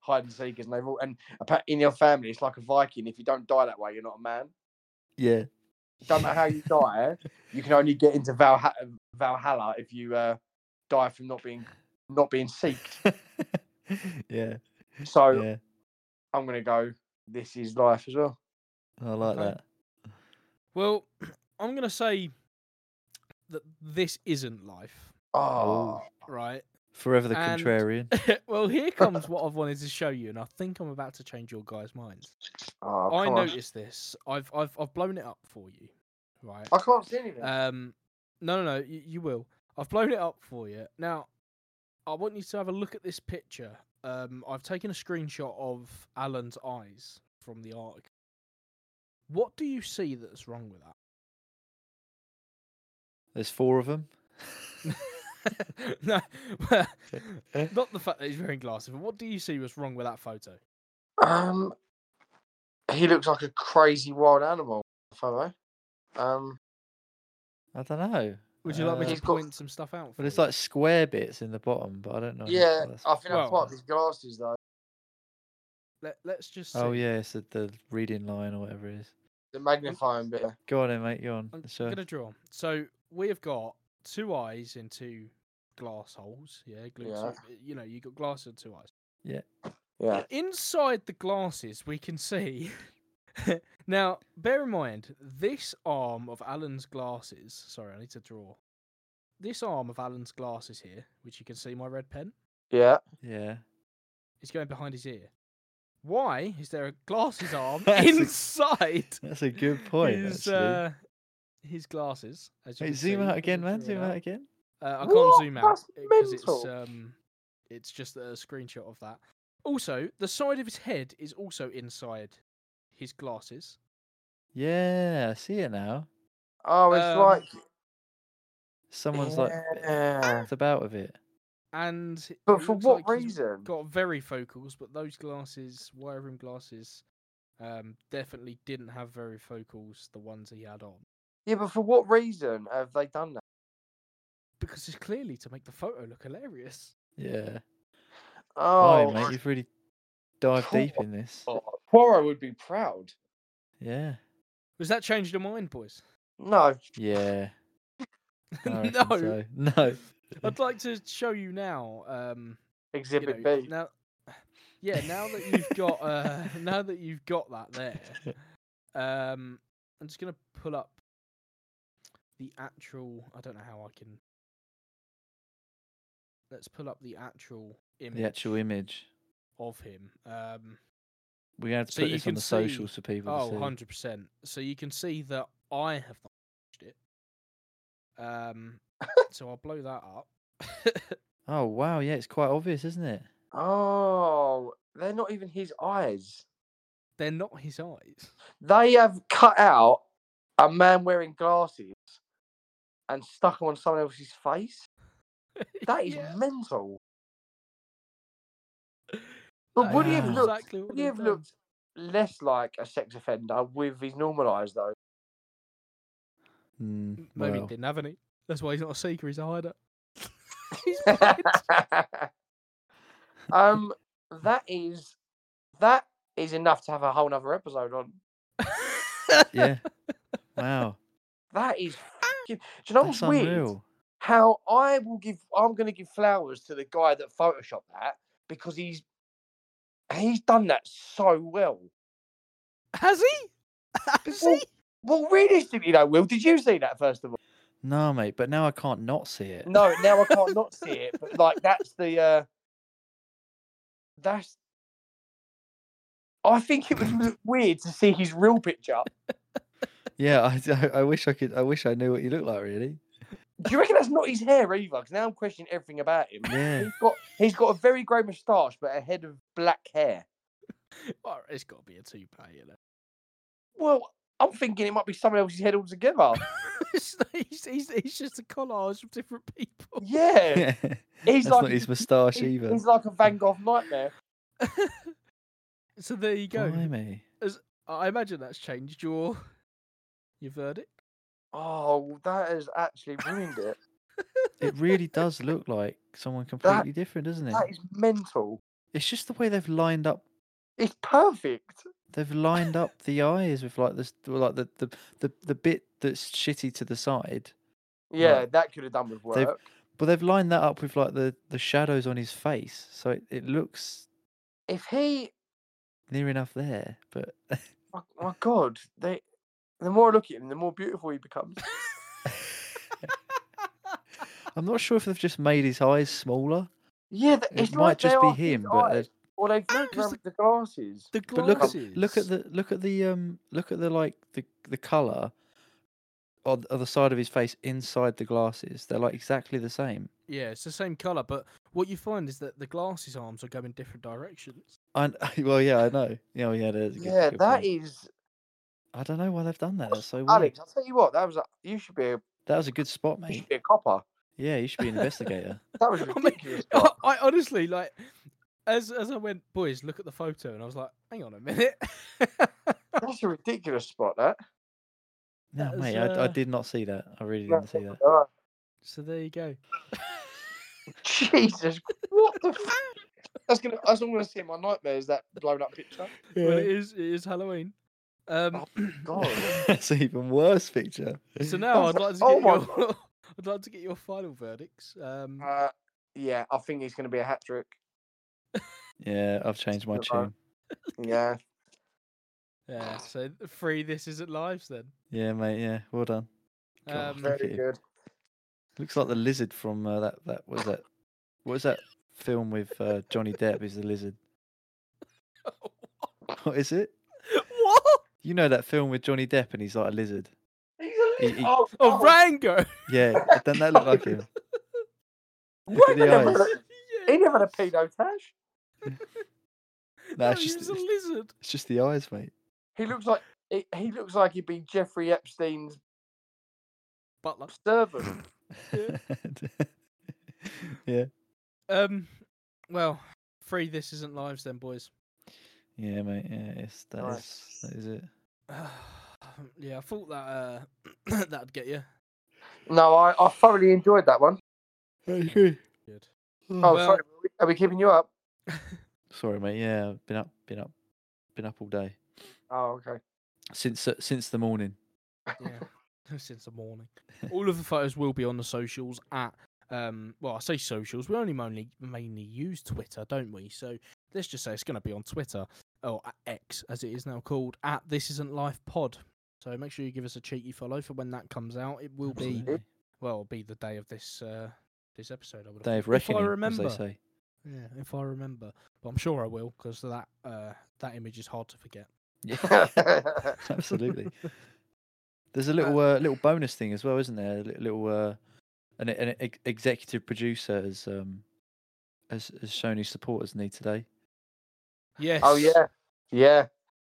Speaker 2: hide and seekers, and they've all and appa- in your family it's like a Viking. If you don't die that way, you're not a man.
Speaker 3: Yeah.
Speaker 2: Don't matter how you die, you can only get into Valha- Valhalla if you uh, die from not being not being seeked.
Speaker 3: <laughs> yeah.
Speaker 2: So
Speaker 3: Yeah.
Speaker 2: I'm gonna go. This is life as well.
Speaker 3: I like
Speaker 4: Okay.
Speaker 3: that.
Speaker 4: well, <clears throat> I'm gonna say that this isn't life,
Speaker 2: Oh,
Speaker 4: right? <laughs>
Speaker 3: Forever the
Speaker 4: And-
Speaker 3: contrarian.
Speaker 4: well, here comes what I've wanted to show you, and I think I'm about to change your guys' minds.
Speaker 2: oh,
Speaker 4: I
Speaker 2: come on.
Speaker 4: noticed this. I've I've I've blown it up for you, right?
Speaker 2: I can't see anything.
Speaker 4: Um, no, no, no. You, you will. I've blown it up for you. Now, I want you to have a look at this picture. Um, I've taken a screenshot of Alan's eyes from the arc. What do you see that's wrong with
Speaker 3: There's four of them.
Speaker 4: that? <laughs> no, well,
Speaker 2: Eh?
Speaker 4: <laughs> not the fact that he's wearing glasses. But what do you see was wrong with that photo?
Speaker 2: um, he looks like a crazy wild animal, fellow. Um,
Speaker 3: I don't know.
Speaker 4: Would you like me
Speaker 3: Uh,
Speaker 4: to
Speaker 2: He's got-
Speaker 4: point some stuff out? for
Speaker 3: Well, it's
Speaker 4: you?
Speaker 3: like square bits in the bottom, but I don't know.
Speaker 2: yeah,
Speaker 3: what that's-
Speaker 2: I think that's
Speaker 4: Oh, Well-
Speaker 2: part of his glasses though.
Speaker 4: Let, let's just.
Speaker 3: Oh
Speaker 4: see.
Speaker 3: yeah, it's the, the reading line or whatever it is.
Speaker 2: The magnifying bit.
Speaker 3: Go on, then, mate. Go on.
Speaker 4: I'm
Speaker 3: It's, uh,
Speaker 4: gonna draw. So we have got two eyes and two glass holes. Yeah, glued uh,
Speaker 2: Yeah.
Speaker 4: to- you know, you got glass and two eyes.
Speaker 3: Yeah.
Speaker 2: Yeah.
Speaker 4: Inside the glasses, we can see. <laughs> now, bear in mind, this arm of Alan's glasses. Sorry, I need to draw. This arm of Alan's glasses here, which you can see my red pen,
Speaker 2: Yeah.
Speaker 3: Yeah.
Speaker 4: is going behind his ear. Why is there a glasses arm
Speaker 3: <laughs> That's a-
Speaker 4: inside
Speaker 3: That's a good point.
Speaker 4: his,
Speaker 3: actually.
Speaker 4: uh, his glasses? As you
Speaker 3: Wait,
Speaker 4: can
Speaker 3: zoom
Speaker 4: see,
Speaker 3: out
Speaker 4: if
Speaker 3: again,
Speaker 4: I
Speaker 3: man.
Speaker 4: draw it
Speaker 3: Zoom
Speaker 4: out.
Speaker 3: out again.
Speaker 4: Uh, I can't
Speaker 2: What?
Speaker 4: zoom out
Speaker 2: That's
Speaker 4: because it's
Speaker 2: mental.
Speaker 4: um, it's just a screenshot of that. Also, the side of his head is also inside his glasses.
Speaker 3: Yeah, I see it now.
Speaker 2: Oh, it's
Speaker 4: Um,
Speaker 2: like.
Speaker 3: Someone's like
Speaker 2: Yeah.
Speaker 3: it's about with it.
Speaker 4: And
Speaker 2: But
Speaker 4: it
Speaker 2: for
Speaker 4: looks
Speaker 2: what
Speaker 4: like he's
Speaker 2: reason?
Speaker 4: Got very focals, but those glasses, wire rim glasses, um, definitely didn't have very focals. The ones he had on,
Speaker 2: Yeah, but for what reason have they done that?
Speaker 4: because it's clearly to make the photo look hilarious.
Speaker 3: Yeah.
Speaker 2: Oh,
Speaker 3: Oh, mate, you've really dived deep in this.
Speaker 2: Poirot would be proud.
Speaker 3: Yeah.
Speaker 4: Was that changed your mind, boys?
Speaker 2: No,
Speaker 3: Yeah.
Speaker 2: <laughs>
Speaker 3: I reckon
Speaker 4: no,
Speaker 3: so. No.
Speaker 4: I'd like to show you now. Um, you
Speaker 2: Exhibit
Speaker 4: know,
Speaker 2: B.
Speaker 4: now, <sighs> yeah, now that you've got uh, <laughs> now that you've got that there, um, I'm just gonna pull up the actual. I don't know how I can. Let's pull up the actual image
Speaker 3: The actual image.
Speaker 4: of him. Um,
Speaker 3: We had to
Speaker 4: So
Speaker 3: put
Speaker 4: you
Speaker 3: this on
Speaker 4: can
Speaker 3: the
Speaker 4: see-
Speaker 3: socials for people
Speaker 4: oh,
Speaker 3: to see.
Speaker 4: 100 percent. So you can see that I have not watched it. Um, so I'll blow that up. <laughs>
Speaker 3: Oh wow, yeah, it's quite obvious, isn't it?
Speaker 2: Oh, they're not even his eyes.
Speaker 4: They're not his eyes.
Speaker 2: They have cut out a man wearing glasses and stuck them on someone else's <laughs> face.
Speaker 4: <laughs>
Speaker 2: That is
Speaker 4: Yeah.
Speaker 2: mental. But
Speaker 4: That
Speaker 2: would he
Speaker 4: is
Speaker 2: have
Speaker 3: Wow.
Speaker 2: looked?
Speaker 4: exactly what
Speaker 2: Would he
Speaker 4: they've
Speaker 2: have
Speaker 4: done.
Speaker 2: looked less like a sex offender with his normal eyes, though?
Speaker 3: Mm,
Speaker 2: <laughs>
Speaker 4: Maybe
Speaker 3: well,
Speaker 4: he didn't have any. That's why he's not a seeker, he's a hider. <laughs> he's blind.
Speaker 2: <laughs> um, that is that is enough to have a whole nother episode on.
Speaker 3: yeah.
Speaker 2: <laughs>
Speaker 3: Wow.
Speaker 2: That is. Fucking... Do you know
Speaker 3: Ah, That's
Speaker 2: what's weird?
Speaker 3: unreal.
Speaker 2: how I will give I'm gonna give flowers to the guy that photoshopped that because he's he's done that so well.
Speaker 4: <laughs> Has he? Has
Speaker 2: Well,
Speaker 4: he?
Speaker 2: well realistically though, Will, did you see that first
Speaker 3: <laughs>
Speaker 2: of all?
Speaker 3: No, mate, but now I can't not see it.
Speaker 2: No, now I can't not see it, but like that's the uh
Speaker 3: <laughs>
Speaker 2: that's I think it would look weird to see his real picture.
Speaker 3: Yeah, I, <laughs> I, I wish I could. I wish I knew what you look like, really.
Speaker 2: Do you reckon that's not his hair either? Because now I'm questioning everything about him.
Speaker 3: Yeah.
Speaker 2: He's got he's got a very grey moustache, but a head of black hair.
Speaker 4: Oh, it's got to be a toupee, you know.
Speaker 2: Well, I'm thinking it might be someone else's head
Speaker 3: <laughs>
Speaker 2: altogether.
Speaker 4: It's not- <laughs> he's, he's, he's just a collage of different people.
Speaker 2: <laughs>
Speaker 4: <laughs>
Speaker 2: Yeah.
Speaker 3: <laughs>
Speaker 2: He's
Speaker 3: He's That's
Speaker 2: like <laughs>
Speaker 3: not his
Speaker 2: he's-
Speaker 3: moustache
Speaker 2: he's-
Speaker 3: either.
Speaker 2: He's like a Van Gogh nightmare.
Speaker 4: so there you go.
Speaker 3: Blimey.
Speaker 4: I imagine that's changed your your verdict.
Speaker 2: Oh, that has actually ruined
Speaker 3: <laughs>
Speaker 2: it.
Speaker 3: It really does look like someone completely different, doesn't it?
Speaker 2: That is mental.
Speaker 3: It's just the way they've lined up.
Speaker 2: It's perfect.
Speaker 3: They've lined up the eyes with like this, like the the the, the bit that's shitty to the side.
Speaker 2: Yeah,
Speaker 3: Right.
Speaker 2: that could have done with work.
Speaker 3: They've- But they've lined that up with like the the shadows on his face, so it, it looks
Speaker 2: If he,
Speaker 3: near enough there. But
Speaker 2: my, my God, they. The more I look at him, the more beautiful he becomes.
Speaker 3: I'm not sure if they've just made his eyes smaller.
Speaker 2: Yeah, th-
Speaker 3: It
Speaker 2: it's
Speaker 3: might
Speaker 2: like they
Speaker 3: just be
Speaker 2: are his
Speaker 3: him, but uh,
Speaker 2: eyes,
Speaker 3: they've-
Speaker 2: or they've
Speaker 4: No,
Speaker 2: moved
Speaker 4: 'cause
Speaker 2: around the glasses.
Speaker 4: The
Speaker 3: But
Speaker 4: glasses.
Speaker 3: look at look at the look at the um look at the like the the color on the other side of his face inside the glasses. They're like exactly the same.
Speaker 4: Yeah, it's the same colour, but what you find is that the glasses arms are going different directions.
Speaker 3: I <laughs> well, yeah, I know. Yeah, well, yeah, there's a good,
Speaker 2: Yeah,
Speaker 3: good
Speaker 2: that
Speaker 3: point.
Speaker 2: is
Speaker 3: I don't know why they've done that. That's so weird.
Speaker 2: Alex. I'll tell you what, that was a, you should be a,
Speaker 3: That was a good spot,
Speaker 2: you should
Speaker 3: mate.
Speaker 2: be a copper.
Speaker 3: Yeah, you should be an investigator.
Speaker 4: <laughs>
Speaker 2: That
Speaker 3: <laughs>
Speaker 2: was
Speaker 4: I mean,
Speaker 2: ridiculous.
Speaker 4: I,
Speaker 3: Oh.
Speaker 2: Scott.
Speaker 4: <laughs> I honestly like as as I went, boys, look at the photo, and I was like, hang on a minute.
Speaker 2: That's a ridiculous spot. That.
Speaker 3: No,
Speaker 4: That was,
Speaker 3: mate, I, I
Speaker 4: uh,
Speaker 3: did not see that. I really
Speaker 2: No,
Speaker 3: didn't see
Speaker 4: <laughs>
Speaker 3: that.
Speaker 2: no.
Speaker 4: so there you go.
Speaker 2: Jesus, what the? F- that's gonna. That's all I'm gonna see in my nightmares. That blown up picture.
Speaker 4: Well, it is it is Halloween. <clears throat> Um,
Speaker 3: <laughs>
Speaker 2: God.
Speaker 3: That's an even worse picture. <laughs>
Speaker 4: so now I'd
Speaker 2: That's-
Speaker 4: like to get
Speaker 2: oh my
Speaker 4: your <laughs> I'd like to get your final verdicts. Um,
Speaker 2: Uh, yeah, I think he's gonna be a hat trick.
Speaker 3: Yeah, I've changed my
Speaker 2: Goodbye.
Speaker 3: tune.
Speaker 2: Yeah.
Speaker 4: Yeah, so th- free this isn't lives then.
Speaker 3: Yeah, mate. Yeah, well done. God,
Speaker 4: Um,
Speaker 3: thank
Speaker 2: Very
Speaker 3: you.
Speaker 2: good.
Speaker 3: Looks like the lizard from uh, that. That was that. What was that film with uh, Johnny Depp? Is
Speaker 4: <laughs>
Speaker 3: the lizard? What is it?
Speaker 4: <laughs> what?
Speaker 3: You know that film with Johnny Depp and he's like a lizard.
Speaker 2: He's
Speaker 3: He-
Speaker 2: a
Speaker 3: he-
Speaker 2: little. Oh,
Speaker 4: Oh,
Speaker 2: oh,
Speaker 4: Rango. <laughs>
Speaker 3: Yeah, doesn't that look like him? Look
Speaker 2: What?
Speaker 3: at
Speaker 2: He
Speaker 3: the
Speaker 2: never,
Speaker 3: eyes.
Speaker 2: had a- he never had a pedo tash.
Speaker 3: Nah,
Speaker 4: no,
Speaker 3: it's
Speaker 4: he
Speaker 3: just
Speaker 4: was a lizard.
Speaker 3: it's just the eyes, mate.
Speaker 2: He looks like he, he looks like he'd be Jeffrey Epstein's
Speaker 4: Butler.
Speaker 3: <laughs>
Speaker 2: servant.
Speaker 3: yeah,
Speaker 4: Um, well, free this isn't lives then, boys. <sighs>
Speaker 3: yeah, mate. Yeah, it's that is
Speaker 2: Nice.
Speaker 3: that is it.
Speaker 4: yeah, I thought that uh, <clears throat> that'd get you.
Speaker 2: no, I, I thoroughly enjoyed that one.
Speaker 4: Good.
Speaker 3: Hmm,
Speaker 2: Oh,
Speaker 4: Well-
Speaker 2: sorry. Are we keeping you up?
Speaker 3: Sorry, mate. Yeah, I've been up, been up, been up all day
Speaker 2: Oh, okay.
Speaker 3: since uh, since the morning.
Speaker 4: Yeah, since the morning. All of the photos will be on the socials at um. Well, I say socials. We only mainly mainly use Twitter, don't we? So let's just say it's going to be on Twitter or at X as it is now called at This Isn't Life Pod. So make sure you give us a cheeky follow for when that comes out. It will be
Speaker 3: Absolutely.
Speaker 4: well, it'll be the day of this uh this episode. I would have
Speaker 3: day of
Speaker 4: thought,
Speaker 3: reckoning,
Speaker 4: If I remember,
Speaker 3: as
Speaker 4: <laughs>
Speaker 3: they say.
Speaker 4: Yeah, if I remember, but I'm sure I will because that uh, that image is hard to forget.
Speaker 3: Yeah, <laughs> absolutely. There's a little uh, little bonus thing as well, isn't there? A li- little uh, an, an ex- executive producer has um has, has shown his supporters need today.
Speaker 4: <laughs> Yes.
Speaker 2: <laughs> oh yeah, yeah.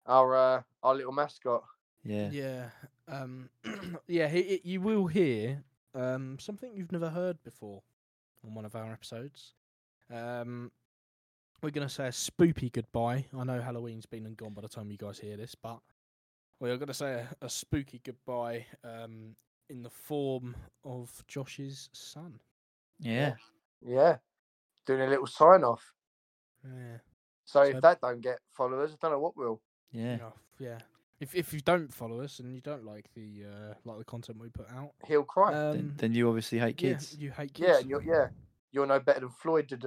Speaker 2: Our uh, our little mascot.
Speaker 3: Yeah,
Speaker 4: Yeah. Um. <clears throat> yeah. He, he- you will hear um something you've never heard before on one of our episodes. Um. We're gonna say a spoopy goodbye. I know Halloween's been and gone by the time you guys hear this, but we are gonna say a, a spooky goodbye. Um. In the form of Josh's son.
Speaker 3: yeah.
Speaker 2: Yeah, doing a little sign off.
Speaker 4: Yeah.
Speaker 2: So
Speaker 4: So-
Speaker 2: if that don't get followers, I don't know what will.
Speaker 3: yeah.
Speaker 4: Yeah. yeah. If if you don't follow us and you don't like the uh, like the content we put out,
Speaker 2: He'll cry.
Speaker 4: um,
Speaker 3: then, then you obviously hate
Speaker 4: yeah,
Speaker 3: kids.
Speaker 4: you hate kids.
Speaker 2: yeah, you're, yeah. You're no better than Floyd did.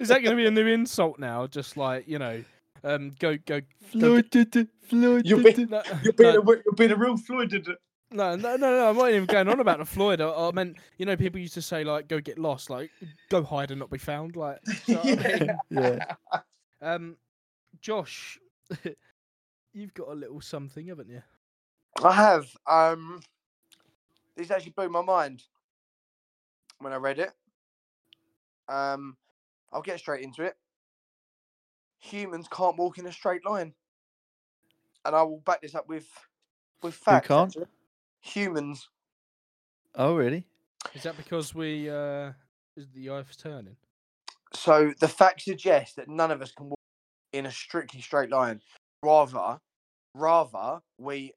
Speaker 4: Is that going to be a new insult now? Just like you know, um, go go.
Speaker 3: Floyd did it. Floyd
Speaker 2: You've
Speaker 3: did
Speaker 2: been-
Speaker 3: it.
Speaker 4: No,
Speaker 2: a, you're being a real Floyd did
Speaker 4: no, no, no, no, I'm not even going on about the Floyd. I, I meant, you know, people used to say like, "Go get lost," like, "Go hide and not be
Speaker 2: <laughs>
Speaker 4: found." Like, do you know what I mean?
Speaker 3: <laughs> Yeah.
Speaker 4: um, Josh, <laughs> you've got a little something, haven't you?
Speaker 2: I have. Um, this actually blew my mind when I read it. Um, I'll get straight into it. Humans can't walk in a straight line, and I will back this up with with facts.
Speaker 3: can't?
Speaker 2: actually. Humans.
Speaker 3: Oh really?
Speaker 4: Is that because we uh, is the earth's turning?
Speaker 2: So the fact suggests that none of us can walk in a strictly straight line. Rather, rather we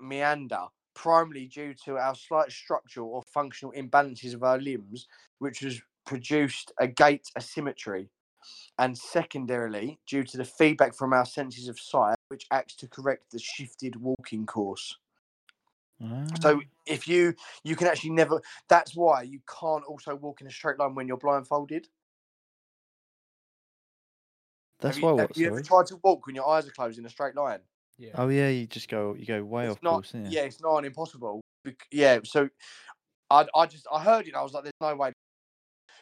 Speaker 2: meander, primarily due to our slight structural or functional imbalances of our limbs, which has produced a gait asymmetry, and secondarily due to the feedback from our senses of sight, which acts to correct the shifted walking course. So
Speaker 3: Ah,
Speaker 2: if you you can actually never, that's why you can't also walk in a straight line when you're blindfolded.
Speaker 3: that's
Speaker 2: have
Speaker 3: why
Speaker 2: you,
Speaker 3: what?
Speaker 2: Have you ever
Speaker 3: Sorry.
Speaker 2: tried to walk when your eyes are closed in a straight line?
Speaker 4: Yeah.
Speaker 2: Uh,
Speaker 3: Oh yeah, you just go you go way
Speaker 2: It's
Speaker 3: off
Speaker 2: not-
Speaker 3: course, yeah.
Speaker 2: Yeah, it's not impossible. bec- Yeah, so I, I just I heard it. I was like, "There's no way."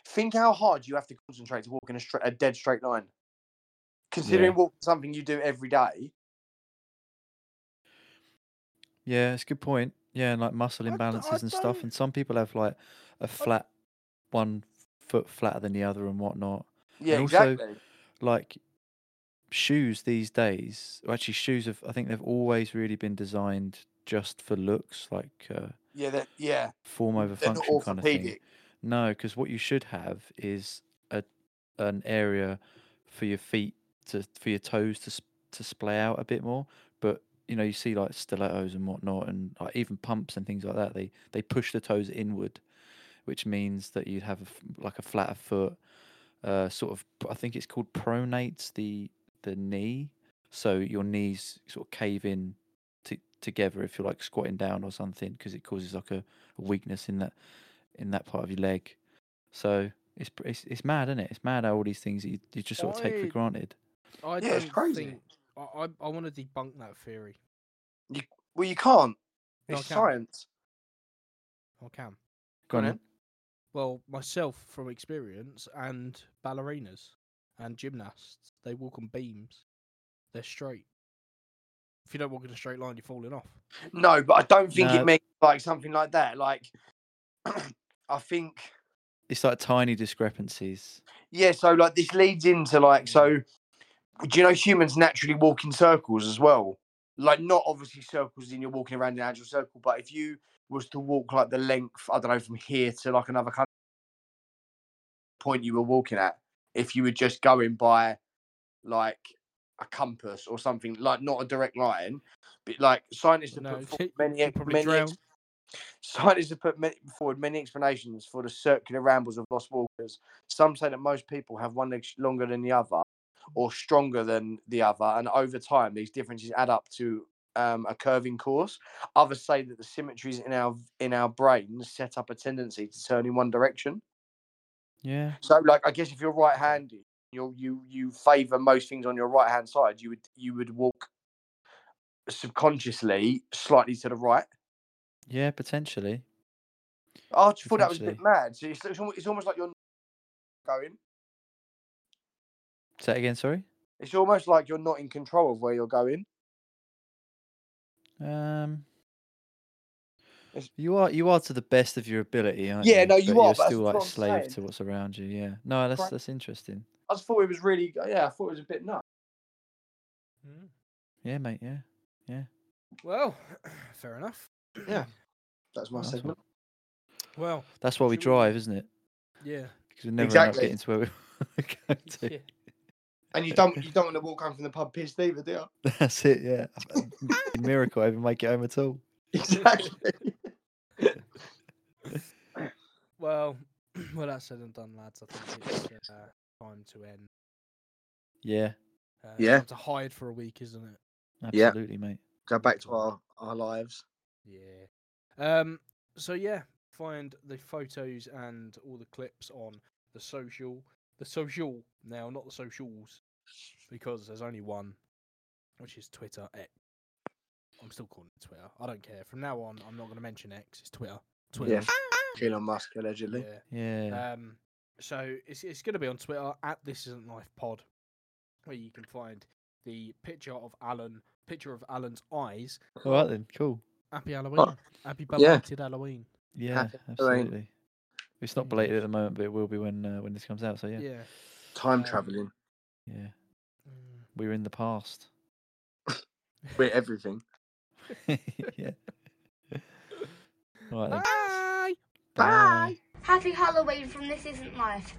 Speaker 2: Think how hard you have to concentrate to walk in a, straight, a dead straight line. Considering
Speaker 3: Yeah.
Speaker 2: walking something you do every day,
Speaker 3: Yeah, it's a good point. Yeah, and like muscle
Speaker 4: I d- I
Speaker 3: imbalances and stuff.
Speaker 4: don't-
Speaker 3: And some people have like a flat one foot flatter than the other and whatnot.
Speaker 2: yeah,
Speaker 3: And also-
Speaker 2: exactly.
Speaker 3: Like shoes these days, or actually shoes have I think they've always really been designed just for looks, like uh,
Speaker 2: Yeah, that yeah,
Speaker 3: form over
Speaker 2: they're not
Speaker 3: function kind of thing.
Speaker 2: orthopedic.
Speaker 3: No, because what you should have is a an area for your feet to for your toes to sp- to splay out a bit more. But you know, you see like stilettos and whatnot, and like, even pumps and things like that. They they push the toes inward, which means that you'd have a f like a flatter foot. Uh, sort of, p- I think it's called pronates the the knee, so your knees sort of cave in t- together if you're like squatting down or something, because it causes like a, a weakness in that in that part of your leg. So it's pr- it's, it's mad, isn't it? It's mad how all these things you, you just sort of take for
Speaker 4: I-
Speaker 3: granted.
Speaker 4: I
Speaker 2: Yeah, it's
Speaker 4: don't
Speaker 2: crazy.
Speaker 4: think I I, I want to debunk that theory.
Speaker 2: Well, you can't.
Speaker 4: No, I
Speaker 2: It's
Speaker 4: can.
Speaker 2: science.
Speaker 4: I can.
Speaker 3: Go on,
Speaker 2: on
Speaker 3: then.
Speaker 4: Well, myself from experience and ballerinas and gymnasts, they walk on beams. They're straight. If you don't walk in a straight line, you're falling off.
Speaker 2: No, but I don't think
Speaker 3: No.
Speaker 2: it means like something like that. Like, <clears throat> I think
Speaker 3: It's like tiny discrepancies.
Speaker 2: yeah. So like this leads into like so. Do you know humans naturally walk in circles as well? Like not obviously circles in you're walking around in an actual circle, but if you was to walk like the length, I don't know, from here to like another country point you were walking at, if you were just going by like a compass or something, like not a direct line, but like scientists have
Speaker 4: No,
Speaker 2: put
Speaker 4: you
Speaker 2: forward many, ex-
Speaker 4: probably
Speaker 2: many
Speaker 4: drown.
Speaker 2: ex- Scientists have put many, forward many explanations for the circular rambles of lost walkers. Some say that most people have one leg sh- longer than the other or stronger than the other, and over time, these differences add up to um, a curving course. Others say that the symmetries in our in our brains set up a tendency to turn in one direction.
Speaker 3: Yeah.
Speaker 2: So, like, I guess if you're right-handed, you you you favour most things on your right-hand side. You would you would walk subconsciously slightly to the right.
Speaker 3: Yeah, potentially.
Speaker 2: I just thought that was a bit
Speaker 3: Potentially.
Speaker 2: mad. So it's, it's almost, it's almost like you're not going.
Speaker 3: Say that again, sorry?
Speaker 2: It's almost like you're not in control of where you're going.
Speaker 3: Um
Speaker 2: It's-
Speaker 3: you are you are to the best of your ability, aren't
Speaker 2: Yeah,
Speaker 3: you?
Speaker 2: no, you
Speaker 3: But
Speaker 2: are,
Speaker 3: You're
Speaker 2: but that's
Speaker 3: still
Speaker 2: what
Speaker 3: like
Speaker 2: I'm
Speaker 3: slave
Speaker 2: saying.
Speaker 3: to what's around you. Yeah. No, that's
Speaker 2: Right.
Speaker 3: that's interesting.
Speaker 2: I just thought it was really yeah. I thought it was a bit nuts.
Speaker 4: Mm.
Speaker 3: Yeah, mate. Yeah.
Speaker 4: Well, <clears throat> fair enough.
Speaker 2: Yeah. Oh, That's my
Speaker 3: Nice one.
Speaker 2: segment.
Speaker 4: Well,
Speaker 3: That's why we
Speaker 4: Should we-
Speaker 3: drive, isn't it?
Speaker 2: <laughs>
Speaker 4: yeah.
Speaker 3: Because we never
Speaker 2: Exactly.
Speaker 3: end up getting to where we <laughs> go to.
Speaker 4: yeah.
Speaker 2: And you don't you don't want to walk home from the pub pissed either, do you?
Speaker 3: <laughs> That's it. Yeah. <laughs> A miracle I even make it home at all.
Speaker 2: <laughs> Exactly.
Speaker 4: Well, <clears throat> well, that's said and done, lads. I think it's uh, time to end.
Speaker 3: Yeah.
Speaker 4: Uh,
Speaker 2: Yeah.
Speaker 4: time to hide for a week, isn't it?
Speaker 2: Yeah.
Speaker 3: Absolutely, mate.
Speaker 2: Go back to our our lives.
Speaker 4: Yeah. Um. So yeah, find the photos and all the clips on the social, the social now, not the socials, because there's only one, which is Twitter X. I'm still calling it Twitter. I don't care. From now on, I'm not going to mention X. It's Twitter. Twitter.
Speaker 2: Elon Musk allegedly.
Speaker 4: Yeah.
Speaker 3: Yeah.
Speaker 4: Um, so it's it's going to be on Twitter at This Isn't Life Pod, where you can find the picture of Alan, picture of Alan's eyes.
Speaker 3: all right then. Cool.
Speaker 4: Happy Halloween. Happy
Speaker 2: yeah.
Speaker 4: belated Halloween.
Speaker 3: Yeah.
Speaker 2: Halloween.
Speaker 3: Absolutely. It's not
Speaker 4: Yeah.
Speaker 3: belated at the moment, but it will be when uh, when this comes out. So yeah.
Speaker 4: Yeah.
Speaker 2: Time
Speaker 4: Um,
Speaker 2: traveling.
Speaker 3: Yeah.
Speaker 4: Mm.
Speaker 3: We're in the past. <laughs>
Speaker 2: We're everything.
Speaker 3: yeah. All right then.
Speaker 4: Bye.
Speaker 3: Bye.
Speaker 4: Ah,
Speaker 5: Happy Halloween from This Isn't Life.